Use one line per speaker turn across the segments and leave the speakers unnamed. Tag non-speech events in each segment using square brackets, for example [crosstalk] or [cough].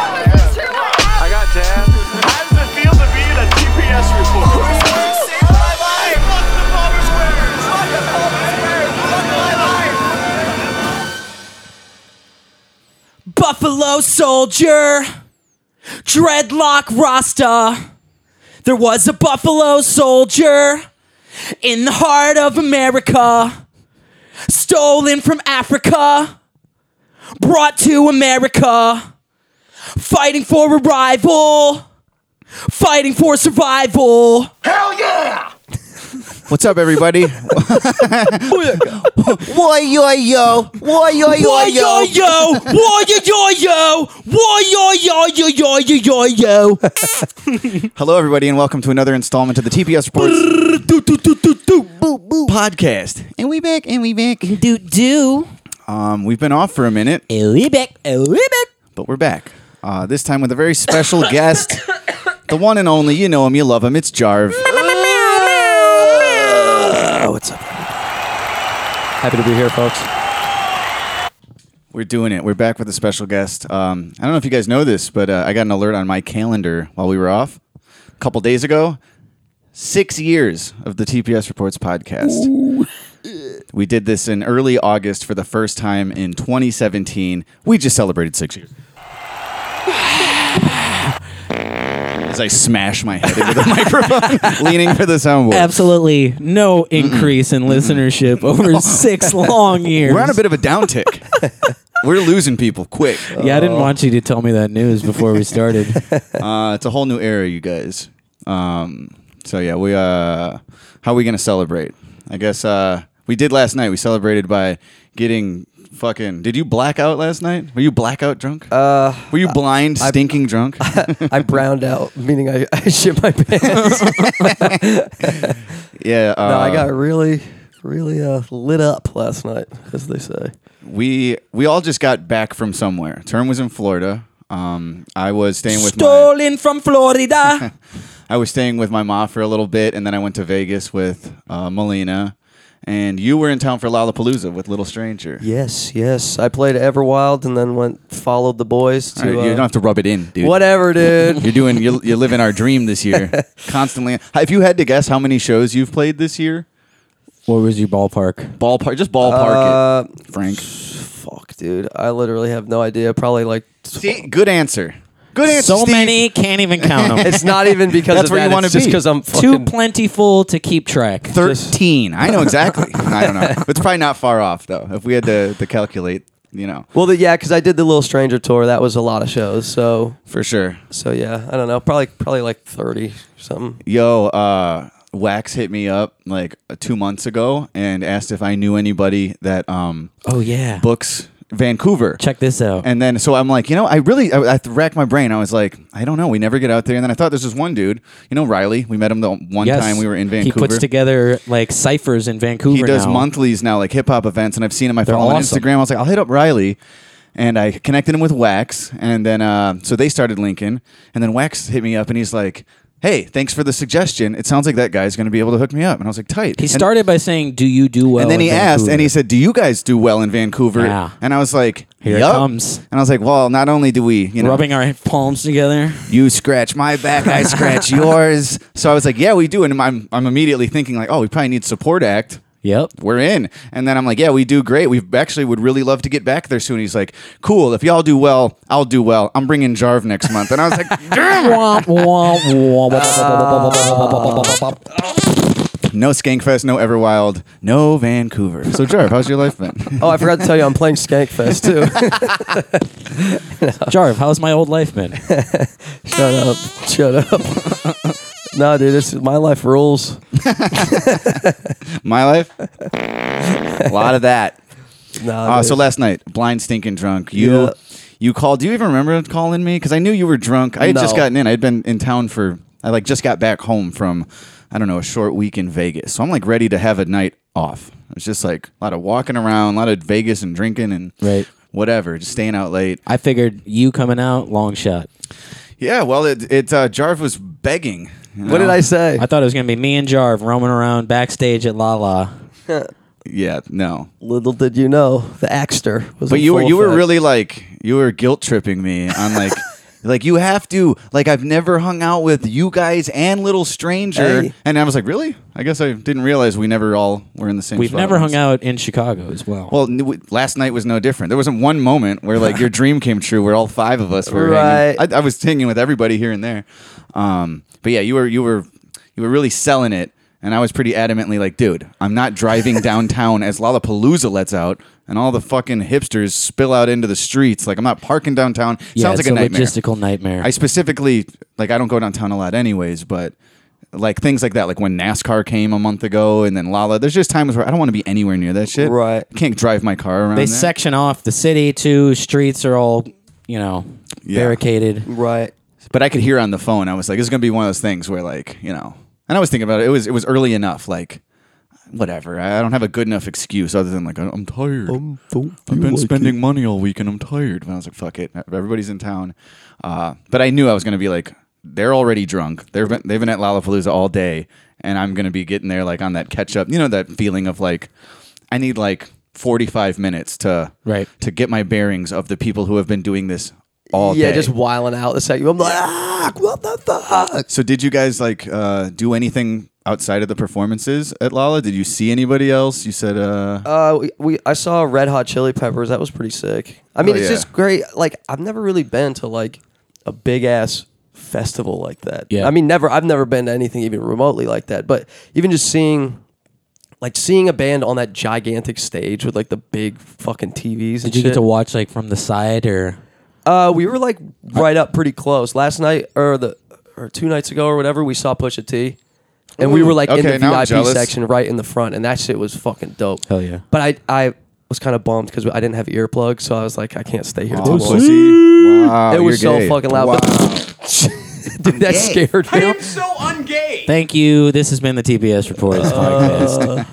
I got dad.
How does it feel to be in a GPS report?
Buffalo soldier, dreadlock Rasta. There was a buffalo soldier in the heart of America, stolen from Africa, brought to America, fighting for a rival, fighting for survival.
What's up, everybody? Why yo yo? Why yo yo
Why yo yo? Why yo yo yo? Why yo yo yo yo yo yo yo?
Hello, everybody, and welcome to another installment of the TPS Reports
Do do do do do.
podcast. And we back, and we back.
do do.
Um, we've been off for a minute,
We back, we back.
but we're back. Uh, this time with a very special guest, the one and only. You know him, you love him. It's Jarv. Ah,
what's up?
Happy to be here, folks.
We're doing it. We're back with a special guest. Um, I don't know if you guys know this, but uh, I got an alert on my calendar while we were off a couple days ago. Six years of the TPS Reports podcast. We did this in early August for the first time in 2017. We just celebrated six years. As I smash my head into the [laughs] microphone, leaning for the soundboard.
Absolutely no increase in listenership
[laughs]
over six long years.
We're on a bit of a downtick. We're losing people quick.
yeah, I didn't want you to tell me that news before we started.
[laughs] Uh, it's a whole new era, you guys. Um, so yeah, we uh, how are we gonna celebrate? I guess uh, we did last night. We celebrated by getting fucking. Did you black out last night? Were you blackout drunk? Uh, were you blind, stinking drunk?
[laughs] I browned out, meaning I, [laughs] I shit my pants.
yeah. Uh,
no, I got really, really uh, lit up last night, as they say.
We we all just got back from somewhere. Term was in Florida. Um, I was staying with my,
Stolen from
[laughs]
Florida.
I was staying with my ma for a little bit, and then I went to Vegas with uh, Melina. And you were in town for Lollapalooza with Little Stranger.
Yes, yes. I played Everwild and then went followed the boys to
All right, you
uh,
don't have to rub it in, dude.
whatever,
[laughs]
dude.
You're doing. You're, you're living our dream this [laughs] year. Constantly. If you had to guess how many shows you've played this year,
what was your ballpark?
ballpark, just ballpark it, Frank.
Uh, Fuck, dude. I literally have no idea. Probably like
See, good answer. Good answer.
So
Steve.
many, can't even count
[laughs]
them.
[laughs] it's not even because
That's
of
where
that.
you wanna
it's just
be.
because I'm
Too
fucking.
plentiful to keep track.
Thirteen. I know exactly. [laughs] I don't know. It's probably not far off though. If we had to, to calculate, you know,
well, the, yeah, because I did the Little Stranger tour. That was a lot of shows. So,
for sure.
so yeah, I don't know. Probably, probably like thirty something.
Yo, uh, Wax hit me up like two months ago and asked if I knew anybody that um
Oh yeah.
books Vancouver.
Check this out.
And then, so I'm like, you know, I really, I, I racked my brain. I was like, I don't know. We never get out there. And then I thought there's this one dude, you know, Riley. We met him the one
yes.
time we were in Vancouver.
He puts together like ciphers in Vancouver.
He does
now.
monthlies now, like hip hop events. And I've seen him. I
They're
follow him on
awesome.
Instagram. I was like, I'll hit up Riley. And I connected him with Wax. And then, uh, so they started linking. And then Wax hit me up and he's like, Hey, thanks for the suggestion. It sounds like that guy's going to be able to hook me up. And I was like, tight.
He
And-
started by saying, "Do you do well?"
and then
in
he asked, and
Vancouver?"
he said, "Do you guys do well in Vancouver?"
Yeah.
And I was like,
Here it
"Yup."
comes.
And I was like, "Well, not only do we, you know,
rubbing our palms together.
you scratch my back, I scratch yours. So I was like, yeah, we do. And I'm, I'm immediately thinking like, oh, we probably need support act.
Yep.
We're in. And then I'm like, yeah, we do great. We actually would really love to get back there soon. He's like, cool. If y'all do well, I'll do well. I'm bringing Jarv next month. And I was like,
[laughs] Womp, womp, womp.
[laughs] no Skankfest, no Everwild, no Vancouver. So Jarv, how's your life
[laughs]
been?
Oh, I forgot to tell you, I'm playing Skankfest too. [laughs]
Jarv, how's my old life been?
Shut up. Shut up. [laughs] no, dude, it's my life rules.
my life? A lot of that.
No,
Uh,
dude.
so last night, blind, stinking drunk. You,
Yeah.
you called. Do you even remember calling me? Because I knew you were drunk. I had just
No.
gotten in. I had been in town for. I like just got back home from, I don't know, a short week in Vegas. So I'm like ready to have a night off. It's just like a lot of walking around, a lot of Vegas and drinking, and
Right.
whatever, just staying out late.
I figured you coming out, long shot.
Yeah, well, it, it uh, Jarv was begging. you
What did
know?
I say?
I thought it was gonna be me and Jarv roaming around backstage at La La.
Yeah, no.
Little did you know, the Axter was.
But
in
you were
full
you were
effect.
really like you were guilt tripping me
[laughs]
on like like you have to like I've never hung out with you guys and little stranger
Hey.
and I was like really I guess I didn't realize we never all were in the same.
We've
spot
never
once.
hung out in Chicago as well.
Well, n- w- last night was no different. There wasn't one moment where like your dream came true, where all five of us were.
Right.
Hanging. I, I was hanging with everybody here and there. Um, but yeah, you were you were you were really selling it, and I was pretty adamantly like, dude, I'm not driving downtown as Lollapalooza lets out, and all the fucking hipsters spill out into the streets. Like I'm not parking downtown.
yeah,
Sounds like
it's
a nightmare.
logistical nightmare.
I specifically like I don't go downtown a lot anyways, but like things like that, like when NASCAR came a month ago, and then Lala. There's just times where I don't want to be anywhere near that shit.
Right.
can't drive my car around.
they
there.
section off the city too. Streets are all you know
Yeah.
barricaded.
right.
But I could hear on the phone. I was like, this is gonna be one of those things where like you know. And I was thinking about it. It was it was early enough. Like whatever. I I don't have a good enough excuse other than like I'm tired. I've been spending money all week and I'm tired. And I was like, fuck it. Everybody's in town. Uh, but I knew I was going to be like, they're already drunk. They've been, they've been at Lollapalooza all day. And I'm going to be getting there like on that catch up. You know, that feeling of like, I need like 45 minutes to,
Right.
to get my bearings of the people who have been doing this all
yeah,
day.
just wiling out the second. I'm like, ah, what the fuck?
so did you guys like uh, do anything outside of the performances at Lala? Did you see anybody else? You said, uh,
Uh, we, we I saw Red Hot Chili Peppers. That was pretty sick. I mean,
Oh,
it's
yeah.
just great. Like I've never really been to like a big ass festival like that.
Yeah.
I mean, never. I've never been to anything even remotely like that. But even just seeing, like seeing a band on that gigantic stage with like the big fucking TVs. And
Did you get
shit.
to watch like from the side or?
Uh, we were like right up pretty close last night, or the or two nights ago or whatever. We saw Pusha T, and we were like
Okay,
in the
now I'm
VIP
jealous.
section, right in the front, and that shit was fucking dope.
Hell yeah.
But I I was kind of bummed because I didn't have earplugs, so I was like, I can't stay here too
oh,
long.
pussy. Wow,
It was
you're
so
gay.
fucking loud.
Wow.
But [laughs] Dude, that scared me.
Thank you. This has been the TPS Reports podcast.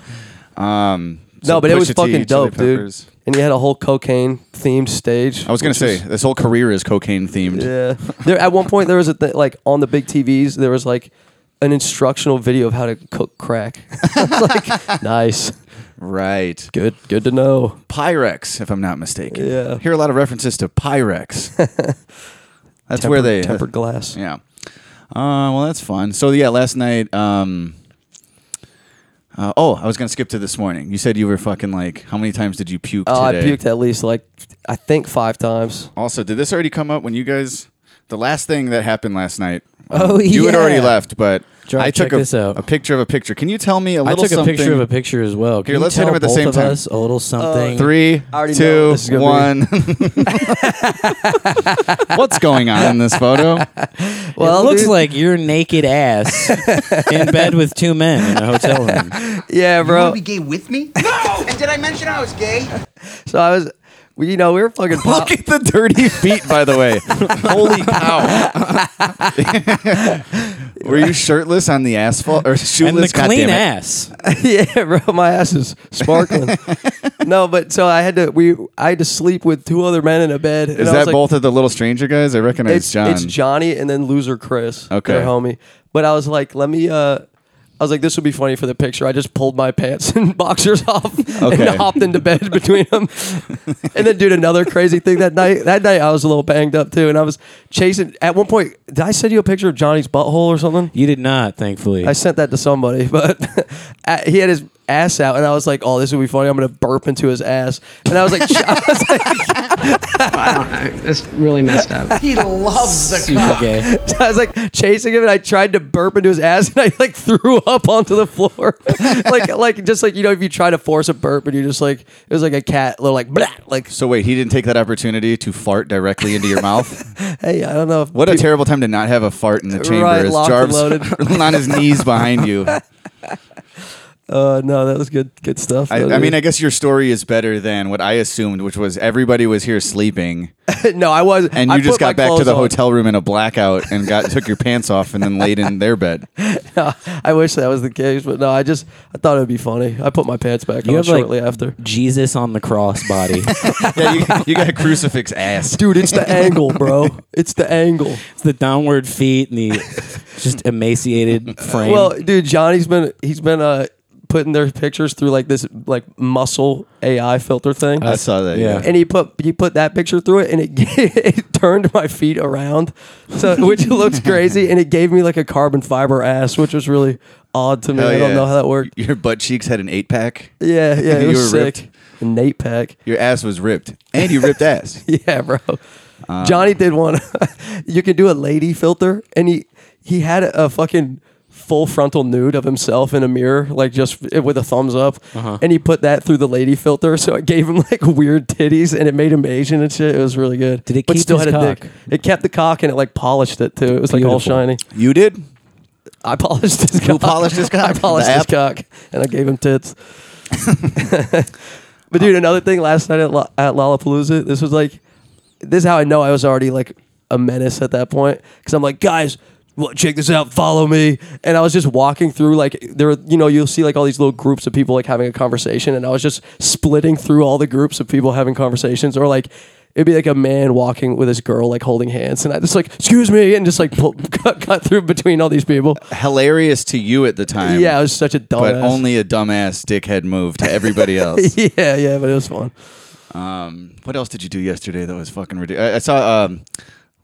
No, but it was
Pusha T,
fucking
Chili
dope, dude.
Peppers.
And you had a whole cocaine themed stage.
I was gonna
which
say this whole career is cocaine themed.
Yeah. There at one point there was a th- like on the big TVs there was like an instructional video of how to cook crack. [laughs]
[laughs]
like nice.
Right.
Good good to know.
Pyrex, if I'm not mistaken.
Yeah.
Hear a lot of references
[laughs]
to Pyrex. that's where
Tempered-
they
tempered glass.
Yeah. Uh, well, that's fun. So yeah, last night. Um, uh, oh, I was gonna skip to this morning. You said you were fucking like, how many times did you puke
Oh, I
today?
puked at least like I think 5 times.
Also, did this already come up when you guys? The last thing that happened last night.
Oh,
you had already
yeah.
left, but
Jarv,
I took
check
a,
this out.
a picture of a picture. Can you tell me a
I
little
took a
something?
picture of a picture as well. Can
Here,
you
let's hit
tell
him at the
both
same
of
time. Uh,
us a little something.
Three,
already know
two,
what this is gonna
one. [laughs] What's going on in this photo?
Well, it looks
dude.
like your naked
[laughs]
ass in bed with two men in a hotel room.
Yeah, bro.
be gay with me? No! And did I mention I was gay?
So I was we, you know, we were
[laughs]
fucking pop-
Look at the dirty feet, by the way. Holy cow! Were you shirtless on the asphalt or shoeless?
and the
God
clean
damn it.
ass.
[laughs] yeah, bro, my ass is
[laughs]
sparkling. no, but so I had to we I had to sleep with two other men in a bed. and
Is
I was
that
like,
both of the little stranger guys? I recognize
it's
John.
It's Johnny and then loser Chris.
Okay.
their homie. But I was like, let me. uh I was like, this would be funny for the picture. I just pulled my pants [laughs] and boxers off [laughs]
Okay.
and hopped into bed [laughs] between them. and then, dude, another crazy thing that night. That night, I was a little banged up too, and I was chasing. At one point, did I send you a picture of Johnny's butthole or something?
You did not, thankfully.
I sent that to somebody, [laughs] but uh, he had his ass out, and I was like, "Oh, this would be funny. I'm gonna burp into his ass." And I was like, [laughs] I was like
That's really messed up.
He loves the
Super gay.
So [laughs] I was like chasing him, and I tried to burp into his ass, [laughs] and I like threw up onto the floor, [laughs] like like just like you know if you try to force a burp, and you just like it was like a cat, little like blah, like
so wait, he didn't take that opportunity to fart directly into your [laughs] mouth.
hey, I don't know. If
What a terrible time to not have a fart in the chamber. [laughs]
Right,
as
locked and
Jarv's on his knees behind you.
Uh, no, that was good. Good stuff.
I, I mean, I guess your story is better than what I assumed, which was everybody was here sleeping,
[laughs] no, I was.
[laughs] and
I
you just
put my
got back to
clothes
the
on.
hotel room in a blackout and got took your pants off and then laid in their bed.
I wish that was the case, but no, I just I thought it would be funny. I put my pants back
You
on
have like
shortly after.
Jesus on the cross
[laughs]
body. it's
[laughs] Yeah, you, you got a crucifix ass.
Dude, it's the angle, bro. [laughs] It's the angle.
the downward feet and the just emaciated frame.
Well, dude, Johnny's been he's been uh putting their pictures through like this like muscle AI filter thing.
I saw that.
Yeah.
Yeah.
and he put he put that picture through it, [laughs] and it it turned my feet around, so [laughs] which looks crazy, and it gave me like a carbon fiber ass, which was really odd to me.
Hell
I don't
yeah.
know how that worked.
Your butt cheeks had an eight pack.
Yeah, yeah, it
You
was
were
sick.
ripped.
Nate Pack.
Your ass was ripped, and you ripped ass. [laughs]
[laughs] Yeah, bro. Johnny
Um,
did one. [laughs] you can do a lady filter, and he he had a fucking full frontal nude of himself in a mirror, like just with a thumbs up,
Uh-huh.
and he put that through the lady filter, so it gave him [laughs] like weird titties, and it made him Asian and shit. It was really good.
Did it
but
keep
still
his
had a dick.
cock?
It kept the cock, and it like polished it too. It was like all
Beautiful.
shiny.
You did.
I polished his cock.
polished his cock?
I polished
The
his
app?
cock, and I gave
[laughs]
him tits. but dude, another thing last night at, Lo- at Lollapalooza, this was like, this is how I know I was already like a menace at that point because I'm like, guys. wha- Check this out. Follow me, and I was just walking through like there. were- You know, you'll see like all these little groups of people like having a conversation, and I was just splitting through all the groups of people having conversations, or like it'd be like a man walking with his girl like holding hands, and I just like excuse me, and just like pull, [laughs] cut, cut through between all these people.
Hilarious to you at the time.
Yeah, I was such a dumbass.
but only a dumbass dickhead move to [laughs] everybody else.
[laughs] yeah, yeah, but it
[laughs]
was fun.
what else did you do yesterday that was fucking ridiculous? I, I saw um,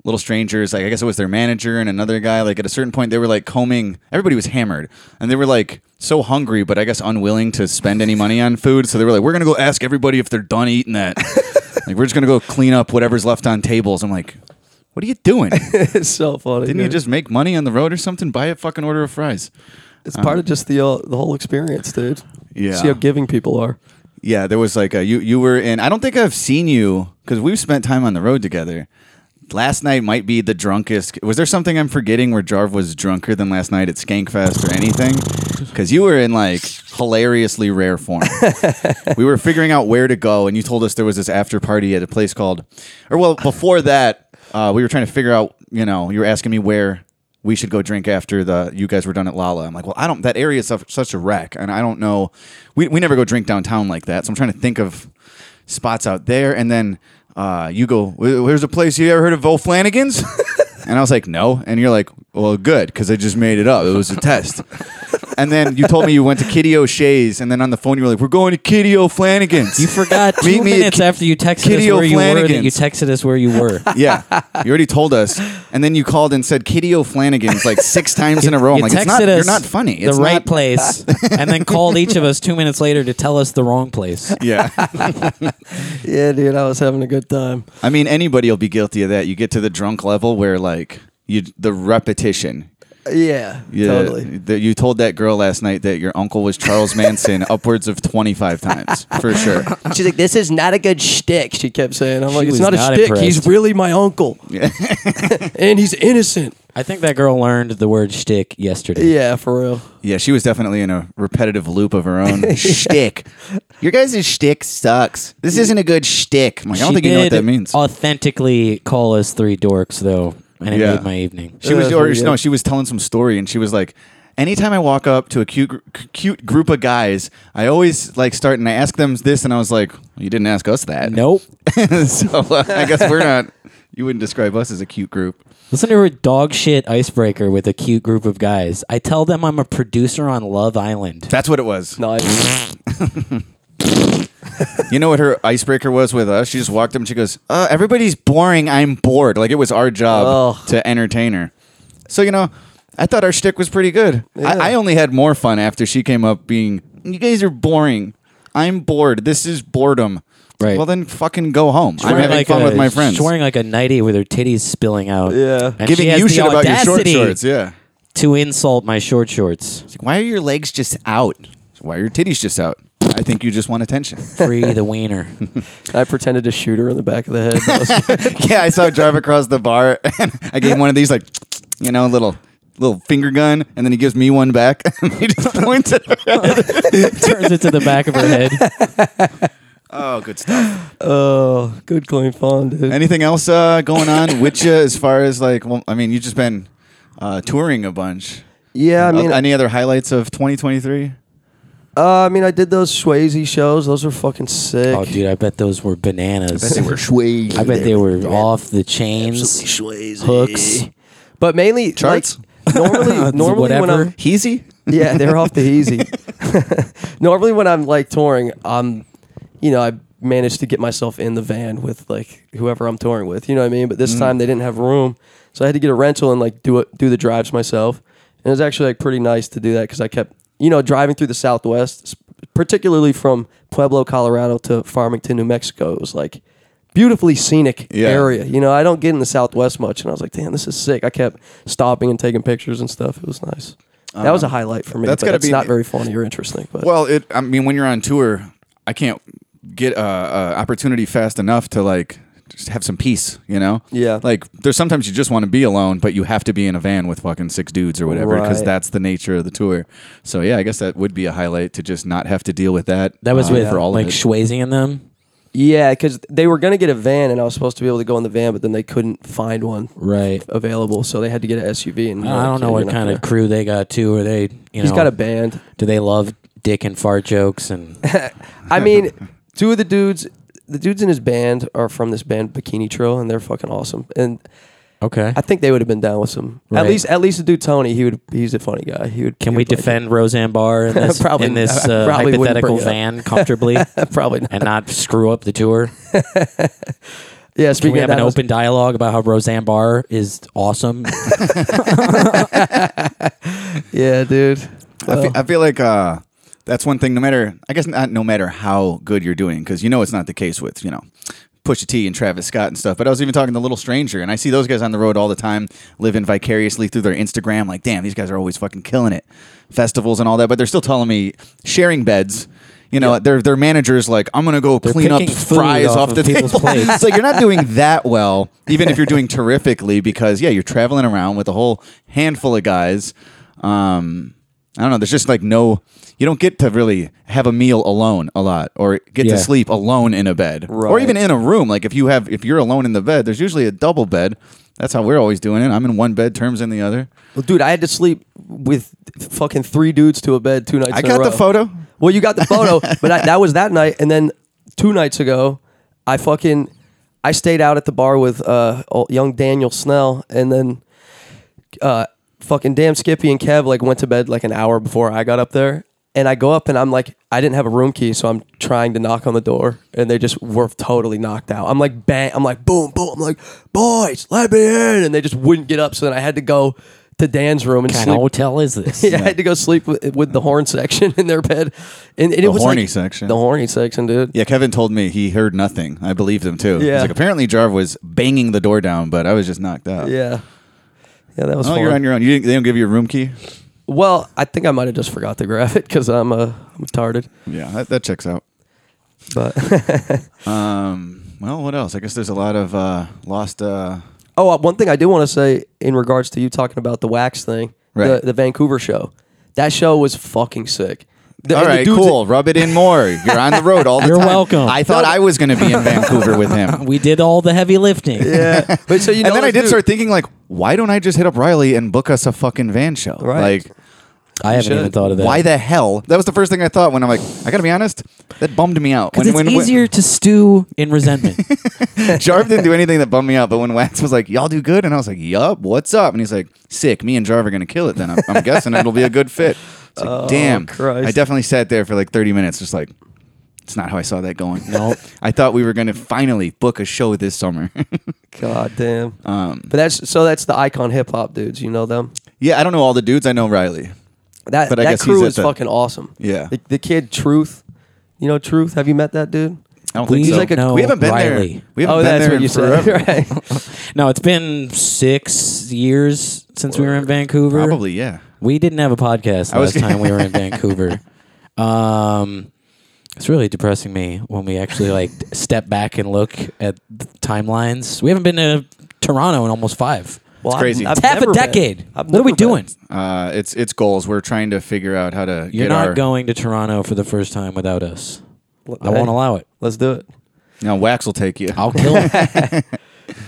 Little Strangers, like I guess it was their manager and another guy. Like at a certain point, they were like combing. Everybody was hammered, and they were like so hungry, but I guess unwilling to spend any money on food. So they were like, "We're gonna go ask everybody if they're done eating that. like we're just gonna go clean up whatever's left on tables." I'm like, "What are you doing? Didn't
It's so funny.
you
dude.
just make money on the road or something? Buy a fucking order of fries."
It's part of just the uh, the whole experience, dude.
Uh-huh. Yeah.
See how giving people are.
Yeah, there was like a you you were in. I don't think I've seen you because we've spent time on the road together. Last night might be the drunkest. Was there something I'm forgetting where Jarv was drunker than last night at Skankfest or anything? Because you were in like hilariously rare form. we were figuring out where to go, and you told us there was this after party at a place called, or well, before that, uh, we were trying to figure out. You know, you were asking me where we should go drink after the you guys were done at Lala. I'm like, well, I don't. That area is su- such a wreck, and I don't know. We we never go drink downtown like that, so I'm trying to think of spots out there, and then uh, you go. "Wh- Where's a place you ever heard of? Vo Flanagan's. [laughs] And I was like, no. And you're like, well, good, because I just made it up. It was a test. and then you told me you went to Kitty O'Shea's, and then on the phone you were like, we're going to Kitty O'Flanagan's.
you forgot two
Meet me at
minutes
Ki-
after you texted
Kitty
us where you were that
O'Flanagan's.
you texted us where you were.
yeah, you already told us, and then you called and said Kitty O'Flanagan's like six times in a row.
[laughs]
I'm
you
like,
texted
Oh it's not,
us
you're not funny.
the
it's
right
not,
place, and then called each of us two minutes later to tell us the wrong place.
[laughs] Yeah,
Yeah, dude, I was having a good time.
I mean anybody will be guilty of that. You get to the drunk level where like you the repetition.
Yeah,
Yeah,
totally.
that you told that girl last night that your uncle was Charles Manson upwards of 25 times for sure.
She's like, "This is not a good shtick." She kept saying, "I'm like,
was
it's not,
not
a shtick. He's
impressed.
really
[laughs]
my uncle, [laughs] and he's innocent."
I think that girl learned the word shtick yesterday.
Yeah, for real.
Yeah, she was definitely in a repetitive loop of her own shtick. Your guys' shtick sucks. This isn't a good shtick. I'm like, I don't
She
think you know what
did
that means.
Authentically call us three dorks though, and it
Yeah.
made my evening.
She was,
that's
or,
pretty good.
no, she was telling some story, and she was like, "Anytime I walk up to a cute, gr- c- cute group of guys, I always like start and I ask them this, and I was like, you didn't ask us that,
Nope.
[laughs] so uh, I guess we're not. You wouldn't describe us as a cute group.
Listen to her dog shit icebreaker with a cute group of guys. I tell them I'm a producer on Love Island.
That's what it was.
Nice.
You know what her icebreaker was with us? She just walked up and she goes, uh, "Everybody's boring. I'm bored." Like it was our job
Ugh.
to entertain her. So you know, I thought our shtick was pretty good. I, I only had more fun after she came up being, "You guys are boring. I'm bored. This is boredom."
Right.
Well, then fucking go home. I'm
Wearing
having
like
fun
a-
with my friends.
She's wearing like a nightie with her titties spilling out.
Yeah.
And
giving
she has
you
the
shit about your short
audacity
shorts. Yeah.
To insult my short shorts.
It's like, why are your legs just out? Why are your titties just out? I think you just want attention.
Free
[laughs]
the wiener.
I pretended to shoot her in the back of
[laughs]
the head. That was- [laughs]
yeah, I saw her drive across the bar, and I gave him one of these, like, you know, little little finger gun, and then he gives me one back, [laughs] and he just points [laughs] at her.
Turns it to the back of her head.
Oh, good stuff.
Oh, good clean fun, dude.
Anything else uh, going on with you as far as like? Well, I mean, you've just been uh, touring a bunch.
yeah, I mean,
Uh, any other highlights of 2023?
uh, I mean, I did those Swayze shows. Those were fucking sick.
Oh, dude, I bet those were bananas.
Sway.
I bet they were off the chains, hooks,
But mainly
Charts?
Like, normally, normally when
Whatever.
I'm
Heasy.
yeah, they're off the easy. [laughs] normally when I'm like touring, I'm, you know, I managed to get myself in the van with like whoever I'm touring with. You know what I mean? But
Mm-hmm.
this time they didn't have room, so I had to get a rental and like do it, do the drives myself. And it was actually like pretty nice to do that because I kept, you know, driving through the Southwest, s- particularly from Pueblo, Colorado to Farmington, New Mexico. It was like beautifully scenic
Yeah.
area. You know, I don't get in the Southwest much, and I was like, damn, this is sick. I kept stopping and taking pictures and stuff. It was nice. That was a highlight for me.
Uh-huh. that's
but
gotta
it's
be-
not very funny or interesting. But
Well, it. I mean, when you're on tour, I can't get uh, uh, opportunity fast enough to like just have some peace. You know.
Yeah.
Like there's sometimes you just want to be alone, but you have to be in a van with fucking six dudes or whatever because
Right.
that's the nature of the tour. So yeah, I guess that would be a highlight to just not have to deal with that.
That was
uh,
with
for all
like
of it.
Schwazing in them.
yeah, because they were gonna get a van, and I was supposed to be able to go in the van, but then they couldn't find one
Right.
available, so they had to get an SUV. And
I don't know what kind of crew they got too. Or they, you know,
He's got a band.
do they love dick and fart jokes? And
[laughs]
[laughs]
I mean, two of the dudes, the dudes in his band are from this band Bikini Trill, and they're fucking awesome. And
okay,
I think they would have been down with some.
Right.
At least, at least the dude Tony, he would. He's a funny guy. He would.
can
he
we
would like
defend Roseanne Barr in this
Probably-
in this
[laughs] I
uh,
probably wouldn't
hypothetical
bring it up.
van
[laughs]
comfortably
it. [laughs] Probably not.
and not screw up the tour?
[laughs] Yeah,
Can
speaking
we
of
have
that,
an
I was-
open dialogue about how Roseanne Barr is
[laughs]
awesome?
Yeah, dude.
I
Oh.
feel, I feel like uh, that's one thing. No matter, I guess not. No matter how good you're doing, because you know it's not the case with you know Pusha T and Travis Scott and stuff. But I was even talking to Little Stranger, and I see those guys on the road all the time, living vicariously through their Instagram. Like, damn, these guys are always fucking killing it, festivals and all that. But they're still telling me sharing beds. You know, their their managers like, I'm gonna go clean up
picking food
fries
off
off,
of
the
people's
table.
plates.
[laughs] it's like you're not doing that well, even if you're doing [laughs] terrifically, because yeah, you're traveling around with a whole handful of guys. Um, I don't know. There's just like no, you don't get to really have a meal alone a lot, or get
Yeah.
to sleep alone in a bed, or
Right.
even in a room. Like if you have, if you're alone in the bed, there's usually a double bed. That's how we're always doing it. I'm in one bed, terms in the other.
Well, dude, I had to sleep with fucking three dudes to a bed two nights.
I
in a
got the
row.
photo.
Well, you got the photo, but I, that was that night, and then two nights ago, I fucking I stayed out at the bar with uh old- young Daniel Snell, and then uh fucking damn Skippy and Kev like went to bed like an hour before I got up there. And I go up and I'm like, I didn't have a room key, so I'm trying to knock on the door, and they just were totally knocked out. I'm like, bang, I'm like, boom, boom, I'm like, boys, let me in, and they just wouldn't get up. So then I had to go to Dan's room and
what kind of
sleep
hotel is this?
[laughs] yeah, I had to go sleep with, with the horn section [laughs] in their bed, and, and it
The
was
horny
like-
section.
The horny section, dude.
Yeah, Kevin told me he heard nothing. I believed him too. He's
Yeah.
like apparently Jarv was banging the door down, but I was just knocked out.
yeah, yeah. That was.
Oh,
fun.
you're on your own. You didn't, they don't give you a room key.
well, I think I might have just forgot to grab [laughs] it because I'm uh, I'm retarded.
Yeah, that, that checks out.
But [laughs]
Um, well, what else? I guess there's a lot of uh, lost. Uh,
oh, uh, one thing I do want to say in regards to you talking about the wax thing,
Right.
the, the Vancouver show, that show was fucking sick. The-
all
and the
right,
dudes-
cool. Rub it in more. You're on the road all the
You're
time.
welcome.
I thought I was going to be in Vancouver with
[laughs]
him.
We did all the heavy lifting.
[laughs] Yeah, but so you
[laughs]
know,
and then I
this
did
dude-
start thinking, like, why don't I just hit up Riley and book us a fucking van show?
Right.
Like,
I haven't even
should.
thought of that.
why the hell? That was the first thing I thought when I'm like, I got to be honest, that bummed me out.
Because it's easier to stew in resentment.
Jarv
[laughs]
didn't do anything that bummed me out, but when Wax was like, "Y'all do good," and I was like, "Yup, what's up?" and he's like, "Sick, me and Jarv are gonna kill it." Then I'm, I'm guessing it'll be a good fit. It's like,
Oh,
damn,
Christ.
I definitely sat there for like 30 minutes, just like, it's not how I saw that going. No, [laughs] I thought we were gonna finally book a show this summer. [laughs]
God damn.
Um,
but that's so that's the icon hip hop dudes. You know them.
yeah, I don't know all the dudes. I know Riley.
That
But I
that
guess he's
crew
at
is
the-
fucking awesome.
Yeah.
The, the kid Truth, you know Truth. Have you met that dude? Oh,
I don't
We-
think
He's
so.
like a- Oh,
we haven't been there.
Riley.
We haven't been there in forever.
[laughs]
said. [laughs] right.
no, it's been six years since we were in Vancouver.
Probably, yeah.
We didn't have a podcast last
I was
time we were in Vancouver.
[laughs]
Um, it's really depressing me when we actually like step back and look at the timelines. We haven't been to Toronto in almost five.
Well, I've-
crazy.
I've
It's
half
never
a
been.
decade.
I've
What are we
never been.
doing?
Uh, it's it's goals. We're trying to figure out how to.
You're
get
not
our,
going to Toronto for the first time without us. I
Hey,
won't allow it.
Let's do it.
No, Wax will take you.
I'll
[laughs]
kill him.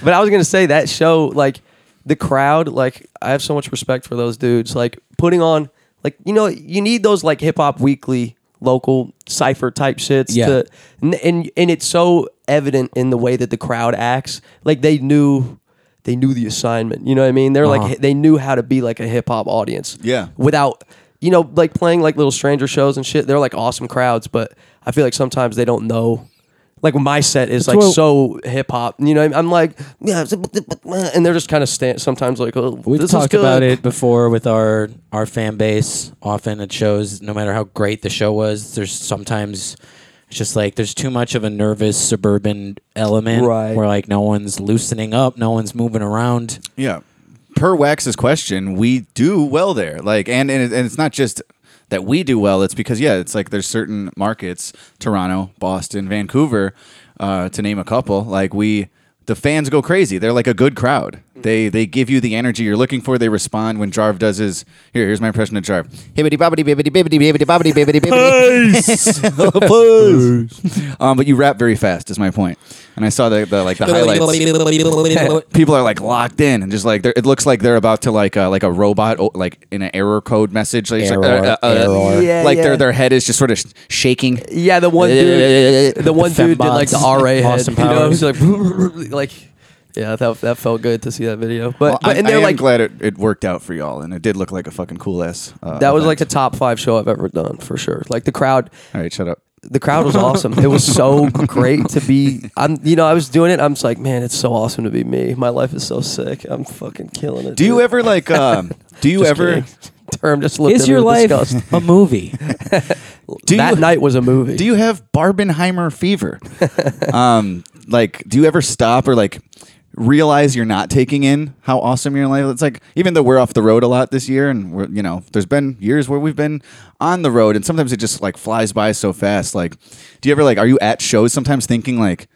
But I was gonna say that show, like the crowd, like I have so much respect for those dudes. Like putting on, like you know, you need those like hip hop weekly local cipher type shits.
Yeah.
To, and, and and it's so evident in the way that the crowd acts. Like they knew. They knew the assignment. You know what I mean? They're
Uh-huh.
like they knew how to be like a hip hop audience.
Yeah.
Without you know, like playing like little stranger shows and shit. They're like awesome crowds, but I feel like sometimes they don't know. Like my set is like
what-
so hip hop, you know. what I mean? I'm like, yeah, and they're just kind of stand sometimes like, oh,
We've
this is
talked
good.
about it before with our our fan base. Often it shows, no matter how great the show was, there's sometimes it's just like there's too much of a nervous suburban element
Right.
where like no one's loosening up, no one's moving around.
Yeah. Per Wax's question, we do well there. Like, and and, it, and it's not just that we do well. It's because yeah, it's like there's certain markets, Toronto, Boston, Vancouver, uh, to name a couple. Like we, the fans go crazy. They're like a good crowd. They they give you the energy you're looking for. They respond when Jarv does his. Here, here's my impression of Jarv. Hibbity bobbity bibbity bibbity bibbity bobbity bibbity [laughs] bibbity. Please. Um, but you rap very fast. Is my point. And I saw the, the like the highlights
Eh.
people are like locked in and just like they're- it looks like they're about to like uh, like a robot o- like in an error code message like, it's like,
Error, error.
Yeah,
like
yeah.
their their head is just sort of sh- shaking
Yeah, the one dude, the one dude did like the
fembots.
RA head.
Austin
you know,
Powers.
he's like, [laughs] like, yeah, that, that felt good to see that video. But,
well,
but
I,
and
I
they're
am
like,
glad it, it worked out for y'all and it did look like a fucking cool ass uh,
that was like the
event.
top five show I've ever done for sure. Like the crowd,
all right shut up
the crowd was awesome. It was so great to be. I'm, you know, I was doing it. I'm just like, man, it's so awesome to be me. My life is so sick. I'm fucking killing it.
do you
dude."
ever like um do you
Just
ever
kidding. [laughs] Term just looked
Is
at me
your
with
life
disgust.
[laughs] a movie?
do
that
you,
night was a movie.
do you have barbenheimer fever um like do you ever stop or like realize you're not taking in how awesome your life it's like even though we're off the road a lot this year and we're you know there's been years where we've been on the road and sometimes it just like flies by so fast like do you ever like are you at shows sometimes thinking like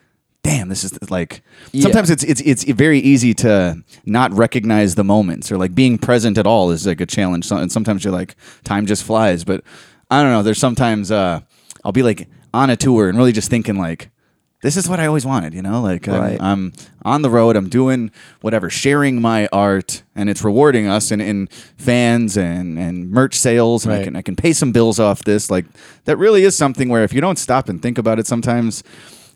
damn this is like sometimes it's it's it's very easy to not recognize the moments or like being present at all is like a challenge So- and sometimes you're like time just flies but i don't know there's sometimes uh i'll be like on a tour and really just thinking like this is what I always wanted, you know? Like, I'm-
Right.
I'm, on the road, I'm doing whatever, sharing my art, and it's rewarding us in, in fans and, and merch sales, and I,
Right.
can, I can pay some bills off this. Like, that really is something where if you don't stop and think about it sometimes,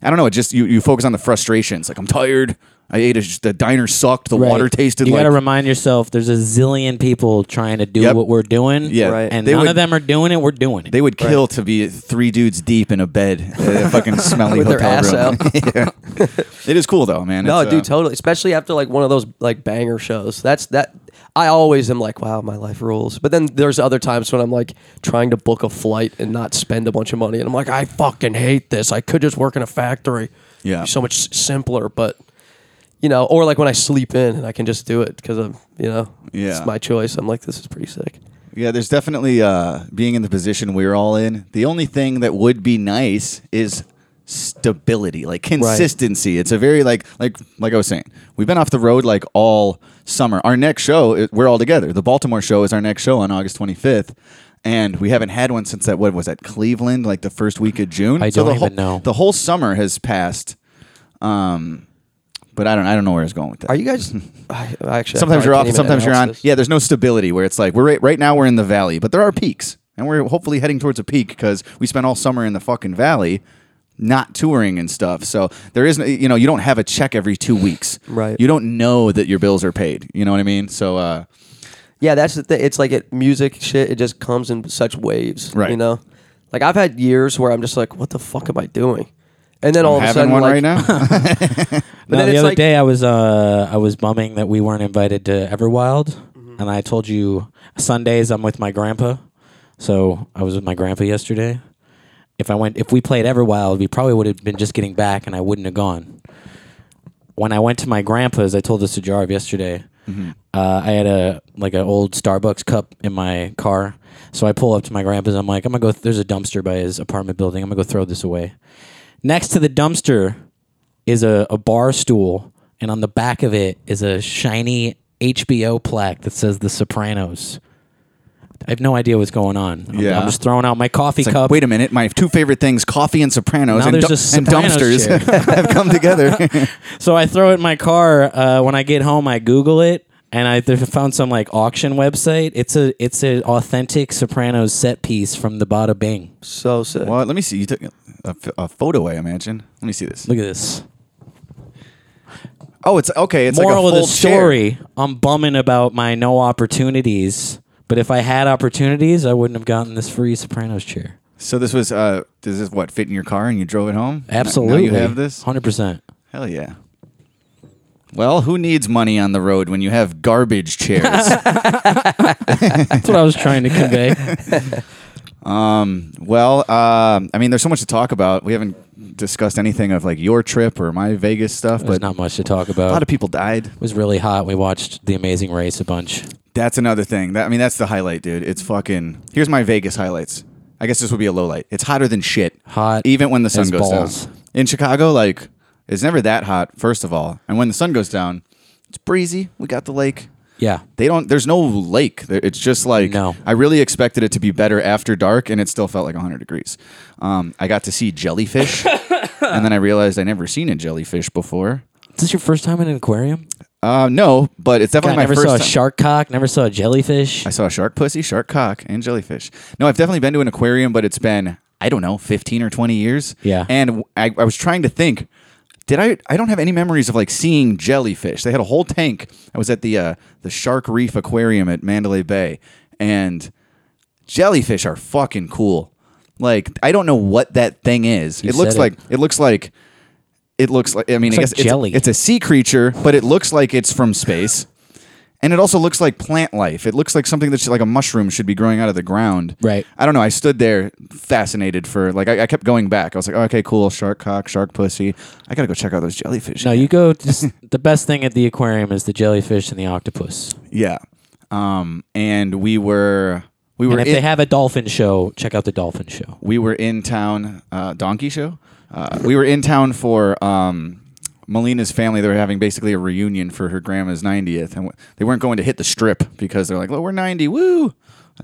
I don't know, it just, you, you focus on the frustrations. Like, I'm tired. I ate a, the diner sucked, [laughs] the
Right.
water tasted
You
like.
got to remind yourself there's a zillion people trying to do
Yep.
what we're doing.
Yeah. Right.
And
They
none
would-
of them are doing it. We're doing it.
they would kill to be three dudes deep in a bed, at a fucking smelly
[laughs] With their
hotel
ass
room. [laughs] Yeah. It is cool though, man.
No,
It's,
dude,
uh,
totally. Especially after like one of those like banger shows. That's that. I always am like, wow, my life rules. But then there's other times when I'm like trying to book a flight and not spend a bunch of money, and I'm like, I fucking hate this. I could just work in a factory.
Yeah.
It'd be so much s- simpler. But you know, or like when I sleep in and I can just do it because I'm, you know,
Yeah.
it's my choice. I'm like, this is pretty sick.
Yeah, there's definitely uh, being in the position we're all in. The only thing that would be nice is stability, like consistency. It's a very like like like I was saying, we've been off the road like all summer. Our next show, i- we're all together. The Baltimore show is our next show on August 25th. And we haven't had one since that. What was that? Cleveland, like the first week of June.
I
the
don't
whole,
even know.
The whole summer has passed, um, but I don't. I don't know where I was going with that
Are you
[laughs]
guys? I, I actually,
sometimes
I probably
you're
can't
off and
even
sometimes you're on
announce this.
yeah there's no stability where it's like we're right, right now we're in the valley but there are peaks and we're hopefully heading towards a peak because we spent all summer in the fucking valley not touring and stuff so there isn't you know you don't have a check every two weeks
Right.
you don't know that your bills are paid you know what i mean so uh
Yeah, that's the thing. It's like it music shit. It just comes in such waves,
Right.
You know, like I've had years where I'm just like, what the fuck am I doing? And then all of a
having
sudden,
one
like,
right
[laughs]
now
But
no,
then
the
it's
other
like-
day I was uh, I was bumming that we weren't invited to Everwild,
Mm-hmm.
and I told you Sundays I'm with my grandpa, so I was with my grandpa yesterday. If I went, if we played Everwild, we probably would have been just getting back, and I wouldn't have gone. When I went to my grandpa's, I told this to Jarv yesterday. Uh, I had a like an old Starbucks cup in my car, so I pull up to my grandpa's. I'm like, I'm gonna go. there's a dumpster by his apartment building. I'm gonna go throw this away. Next to the dumpster is a, a bar stool, and on the back of it is a shiny HBO plaque that says The Sopranos. I have no idea what's going on. I'm-
Yeah.
I'm just throwing out my coffee
It's like,
cup.
wait a minute, my two favorite things, coffee and Sopranos,
Now
and,
there's
du-
a
and
Sopranos
dumpsters, [laughs] have come together.
[laughs] So I throw it in my car. Uh, when I get home, I Google it, and I th- found some like auction website. It's a it's an authentic Sopranos set piece from the Bada Bing.
So sick.
well, let me see. You took a, ph- a photo, I imagine. Let me see this.
Look at this.
Oh, it's okay. It's
Moral
like a
of the
full chair.
story: I'm bumming about my no opportunities, but if I had opportunities, I wouldn't have gotten this free Sopranos chair.
So this was uh, does this what fit in your car and you drove it home? Now- now
Absolutely,
you have this.
hundred percent.
Hell yeah. Well, who needs money on the road when you have
[laughs]
garbage chairs?
That's what I was trying to
[laughs]
convey.
well, um, I mean, there's so much to talk about. We haven't discussed anything of like your trip or my Vegas stuff,
There's
but
not much to talk
a
about.
lot of people died.
it was really hot. We watched The Amazing Race a bunch.
That's another thing. That I mean, that's the highlight, dude. It's fucking. Here's my Vegas highlights. I guess this would be a low light. It's hotter than shit.
Hot
even when the sun
as
goes
balls.
down. In Chicago, like it's never that hot. First of all, and when the sun goes down, it's breezy. We got the lake.
Yeah,
They don't. There's no lake. There- It's just like
No.
I really expected it to be better after dark, and it still felt like 100 degrees. Um, I got to
[laughs]
see jellyfish, and then I realized I never seen a jellyfish before.
is this your first time in an aquarium?
Uh, no, but it's
I
definitely my
never
first.
saw a
ti-
shark cock. Never saw a jellyfish.
I saw a shark pussy, shark cock, and jellyfish. No, I've definitely been to an aquarium, but it's been I don't know, fifteen or twenty years.
Yeah.
and w- I, I was trying to think. Did I? I don't have any memories of like seeing jellyfish. They had a whole tank. I was at the uh, the Shark Reef Aquarium at Mandalay Bay, and jellyfish are fucking cool. Like I don't know what that thing is.
You
it looks
said it.
like it looks like it looks like. I mean,
Looks
I
like
guess it's-
jelly.
it's a sea creature, but it looks like it's from space. And it also looks like plant life. It looks like something that's like a mushroom should be growing out of the ground.
Right.
I don't know. I stood there fascinated for like I, I kept going back. I was like, oh, okay, cool, shark cock, shark pussy. I gotta go check out those jellyfish.
no, you go.
[laughs]
Just the best thing at the aquarium is the jellyfish and the octopus.
Yeah. Um. And we were we were
and if
in,
they have a dolphin show, check out the dolphin show.
we were in town uh, donkey show uh, we were in town for um, melina's family they were having basically a reunion for her grandma's 90th and w- they weren't going to hit the strip because they're like well we're 90 woo